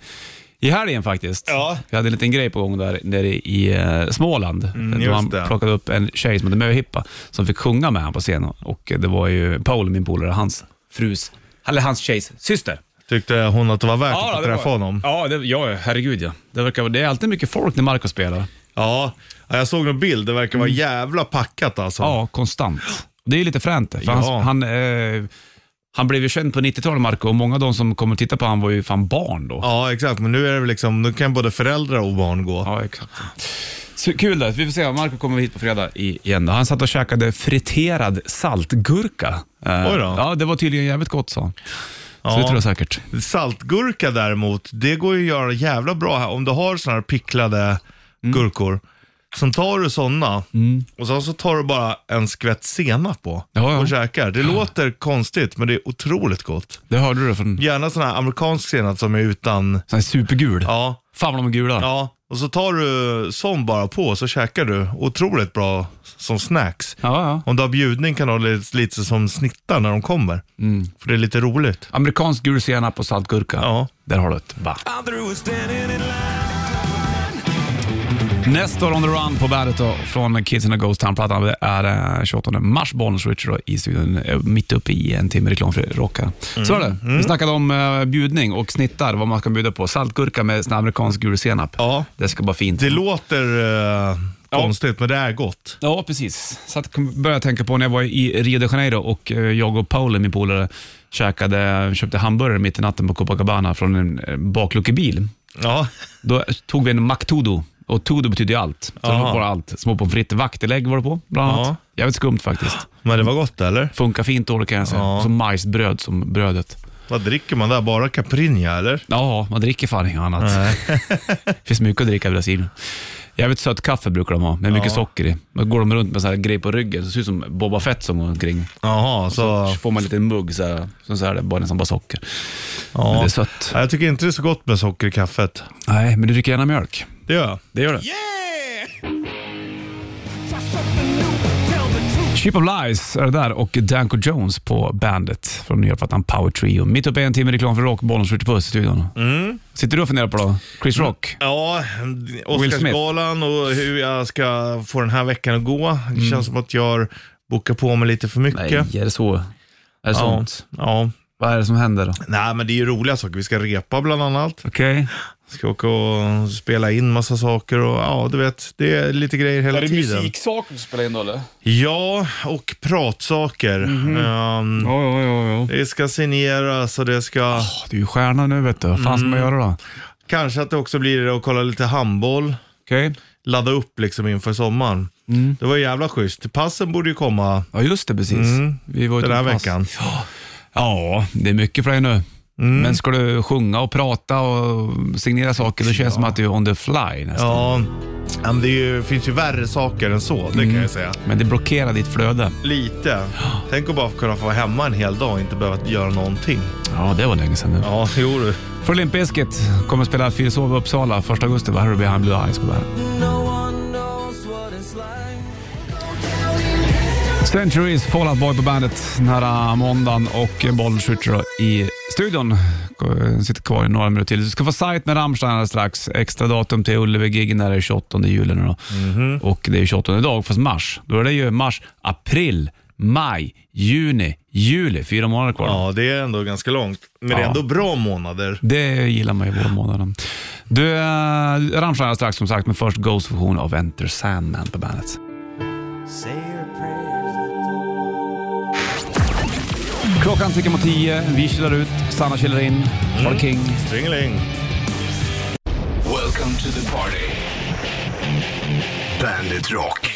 [SPEAKER 2] i helgen faktiskt.
[SPEAKER 3] Ja.
[SPEAKER 2] Jag hade en liten grej på gång där nere i eh, Småland. då
[SPEAKER 3] just
[SPEAKER 2] han
[SPEAKER 3] det.
[SPEAKER 2] plockade upp en tjej som hette Möhippa som fick sjunga med honom på scenen. Och eh, det var ju Paul, min polare, hans frus, eller hans tjejs syster.
[SPEAKER 3] Tyckte hon att det var värt att
[SPEAKER 2] då,
[SPEAKER 3] få
[SPEAKER 2] det
[SPEAKER 3] träffa
[SPEAKER 2] var-
[SPEAKER 3] honom?
[SPEAKER 2] Ja, det, ja, herregud ja. Det, verkar, det är alltid mycket folk när Marco spelar.
[SPEAKER 3] Ja. ja, jag såg någon bild. Det verkar vara jävla packat alltså.
[SPEAKER 2] Mm. Ja, konstant. Det är lite fränt. För
[SPEAKER 3] Ja.
[SPEAKER 2] han, han, eh, han blev ju känd på 90-talet, Marco, och många av de som kommer titta på honom var ju fan barn då.
[SPEAKER 3] Ja, exakt. Men nu är det väl liksom, nu kan både föräldrar och barn gå.
[SPEAKER 2] Ja, exakt. Så, kul då. Vi får se. Marco kommer hit på fredag i- igen. Då. Han satt och käkade friterad saltgurka. Eh,
[SPEAKER 3] Oj då.
[SPEAKER 2] Ja, det var tydligen jävligt gott sa han. Så det tror jag säkert.
[SPEAKER 3] Saltgurka däremot, det går ju att göra jävla bra här. Om du har såna här picklade
[SPEAKER 2] Mm.
[SPEAKER 3] gurkor, så tar du såna och sen så tar du bara en skvätt senap på
[SPEAKER 2] Ja, ja.
[SPEAKER 3] och käkar. Det låter konstigt, men det är otroligt gott.
[SPEAKER 2] Det hörde du från
[SPEAKER 3] Gärna sån här amerikansk senap som är utan,
[SPEAKER 2] sån här supergul.
[SPEAKER 3] ja,
[SPEAKER 2] Fan vad de är gula.
[SPEAKER 3] ja. Och så tar du sån bara på och så käkar du. Otroligt bra som snacks.
[SPEAKER 2] Ja, ja.
[SPEAKER 3] Om du har bjudning kan du ha lite, lite som snittar när de kommer. För det är lite roligt.
[SPEAKER 2] Amerikansk gul senap och saltgurka.
[SPEAKER 3] Ja.
[SPEAKER 2] Där har du det. Va. Nästa år on the run på bandet då, från Kids in a Ghost Town-plattan. Det är eh, 28 mars, Bonus Richard då, i studion, eh, mitt uppe i en timme reklam för rockare.
[SPEAKER 3] Mm.
[SPEAKER 2] Så är det. Vi snackade om eh, bjudning och snittar, vad man ska bjuda på. Saltgurka med sån här amerikansk gul senap.
[SPEAKER 3] Ja.
[SPEAKER 2] Det ska vara fint.
[SPEAKER 3] Det låter eh, konstigt, men det är gott.
[SPEAKER 2] Ja, precis. Så att kom- började jag tänka på när jag var i Rio de Janeiro och eh, jag och Paul, min polare, käkade, köpte hamburgare mitt i natten på Copacabana från en eh, bakluckebil.
[SPEAKER 3] Ja,
[SPEAKER 2] Då tog vi en McTudo och Tudo betyder ju allt. Så det var
[SPEAKER 3] Aha.
[SPEAKER 2] bara allt. Små pommes frites, vaktelägg var det på bland annat.
[SPEAKER 3] Ja.
[SPEAKER 2] Jävligt skumt faktiskt.
[SPEAKER 3] men det var gott eller?
[SPEAKER 2] Funkar fint då kan jag säga.
[SPEAKER 3] Ja.
[SPEAKER 2] Som majsbröd som brödet.
[SPEAKER 3] Vad dricker man där? Bara Caprinja eller?
[SPEAKER 2] Ja, man dricker fan inget annat. finns mycket att dricka i Brasilien. Jävligt sött kaffe brukar de ha, med mycket socker i. Men går de runt med så här grej på ryggen, så ser det ut som Boba Fett som går omkring.
[SPEAKER 3] Jaha, så...
[SPEAKER 2] Så får man en liten mugg så här, så så här, det är bara nästan bara socker. Men det
[SPEAKER 3] Ja.
[SPEAKER 2] är sött.
[SPEAKER 3] Ja, Jag tycker inte det är så gott med socker i kaffet.
[SPEAKER 2] Nej, men du dricker gärna mjölk.
[SPEAKER 3] Det gör jag.
[SPEAKER 2] Det gör det. Ship of Lies är det där och Danko Jones på bandet från nya plattan Power Trio. Mitt uppe i en timme reklam för rock, bollen skjuter puss i studion. Sitter du och funderar på då? Chris Rock?
[SPEAKER 3] Ja, Oscarsgalan och hur jag ska få den här veckan att gå. Det känns som att jag bokar på mig lite för mycket.
[SPEAKER 2] är det så? Är det
[SPEAKER 3] ja,
[SPEAKER 2] sånt?
[SPEAKER 3] ja.
[SPEAKER 2] Vad är det som händer då?
[SPEAKER 3] Nej, men det är ju roliga saker. Vi ska repa bland annat.
[SPEAKER 2] Okej.
[SPEAKER 3] Ska åka och spela in massa saker och ja, du vet, det är lite grejer hela tiden.
[SPEAKER 2] musiksaker du spelar in då eller?
[SPEAKER 3] Ja, och pratsaker. Ehm,
[SPEAKER 2] Ja, ja, ja. ja.
[SPEAKER 3] det ska signeras och det ska...
[SPEAKER 2] Du är ju stjärna nu vet du. Vad fan ska man göra då?
[SPEAKER 3] Kanske att det också blir att kolla lite handboll.
[SPEAKER 2] Okej.
[SPEAKER 3] Ladda upp liksom inför sommaren. Det var jävla schysst. Passen borde ju komma
[SPEAKER 2] Mm. Ja, just det precis. Vi var ju
[SPEAKER 3] den här
[SPEAKER 2] till pass.
[SPEAKER 3] veckan.
[SPEAKER 2] Ja, det är mycket för dig nu. Men ska du sjunga och prata och signera saker, då känns det som att du är on the fly nästan.
[SPEAKER 3] Ja, men det är ju, finns ju värre saker än så, det kan jag säga.
[SPEAKER 2] Men det blockerar ditt flöde.
[SPEAKER 3] Lite. Tänk att bara få kunna få vara hemma en hel dag och inte behöva göra någonting.
[SPEAKER 2] Ja, det var länge sedan nu.
[SPEAKER 3] Ja, jo du.
[SPEAKER 2] För Limp Bizkit kommer att spela Fyrishov i Uppsala 1 augusti. Vad har du Behind Blue Eyes på bandet? Centuries Fall Out Boy på bandet den här måndagen och Bollnäs Ritcher i studion. Sitter kvar i några minuter till. Du ska få sajt med Rammstein alldeles strax. Extra datum till Ullevi-gigen där är 28 juli nu då. Och det är 28 idag, fast mars. Då är det ju mars, april, maj, juni, juli. Fyra månader kvar.
[SPEAKER 3] Ja, det är ändå ganska långt. Men det är
[SPEAKER 2] Ja.
[SPEAKER 3] ändå bra månader.
[SPEAKER 2] Det gillar man ju i vårmånaden. Du, eh, Rammstein är strax som sagt, men först Ghosts version av Enter Sandman på bandet. Klockan tickar mot tio, vi kilar ut, Sanna kilar in, Carl King.
[SPEAKER 3] Stringeling.
[SPEAKER 1] Welcome to the party. Bandit Rock.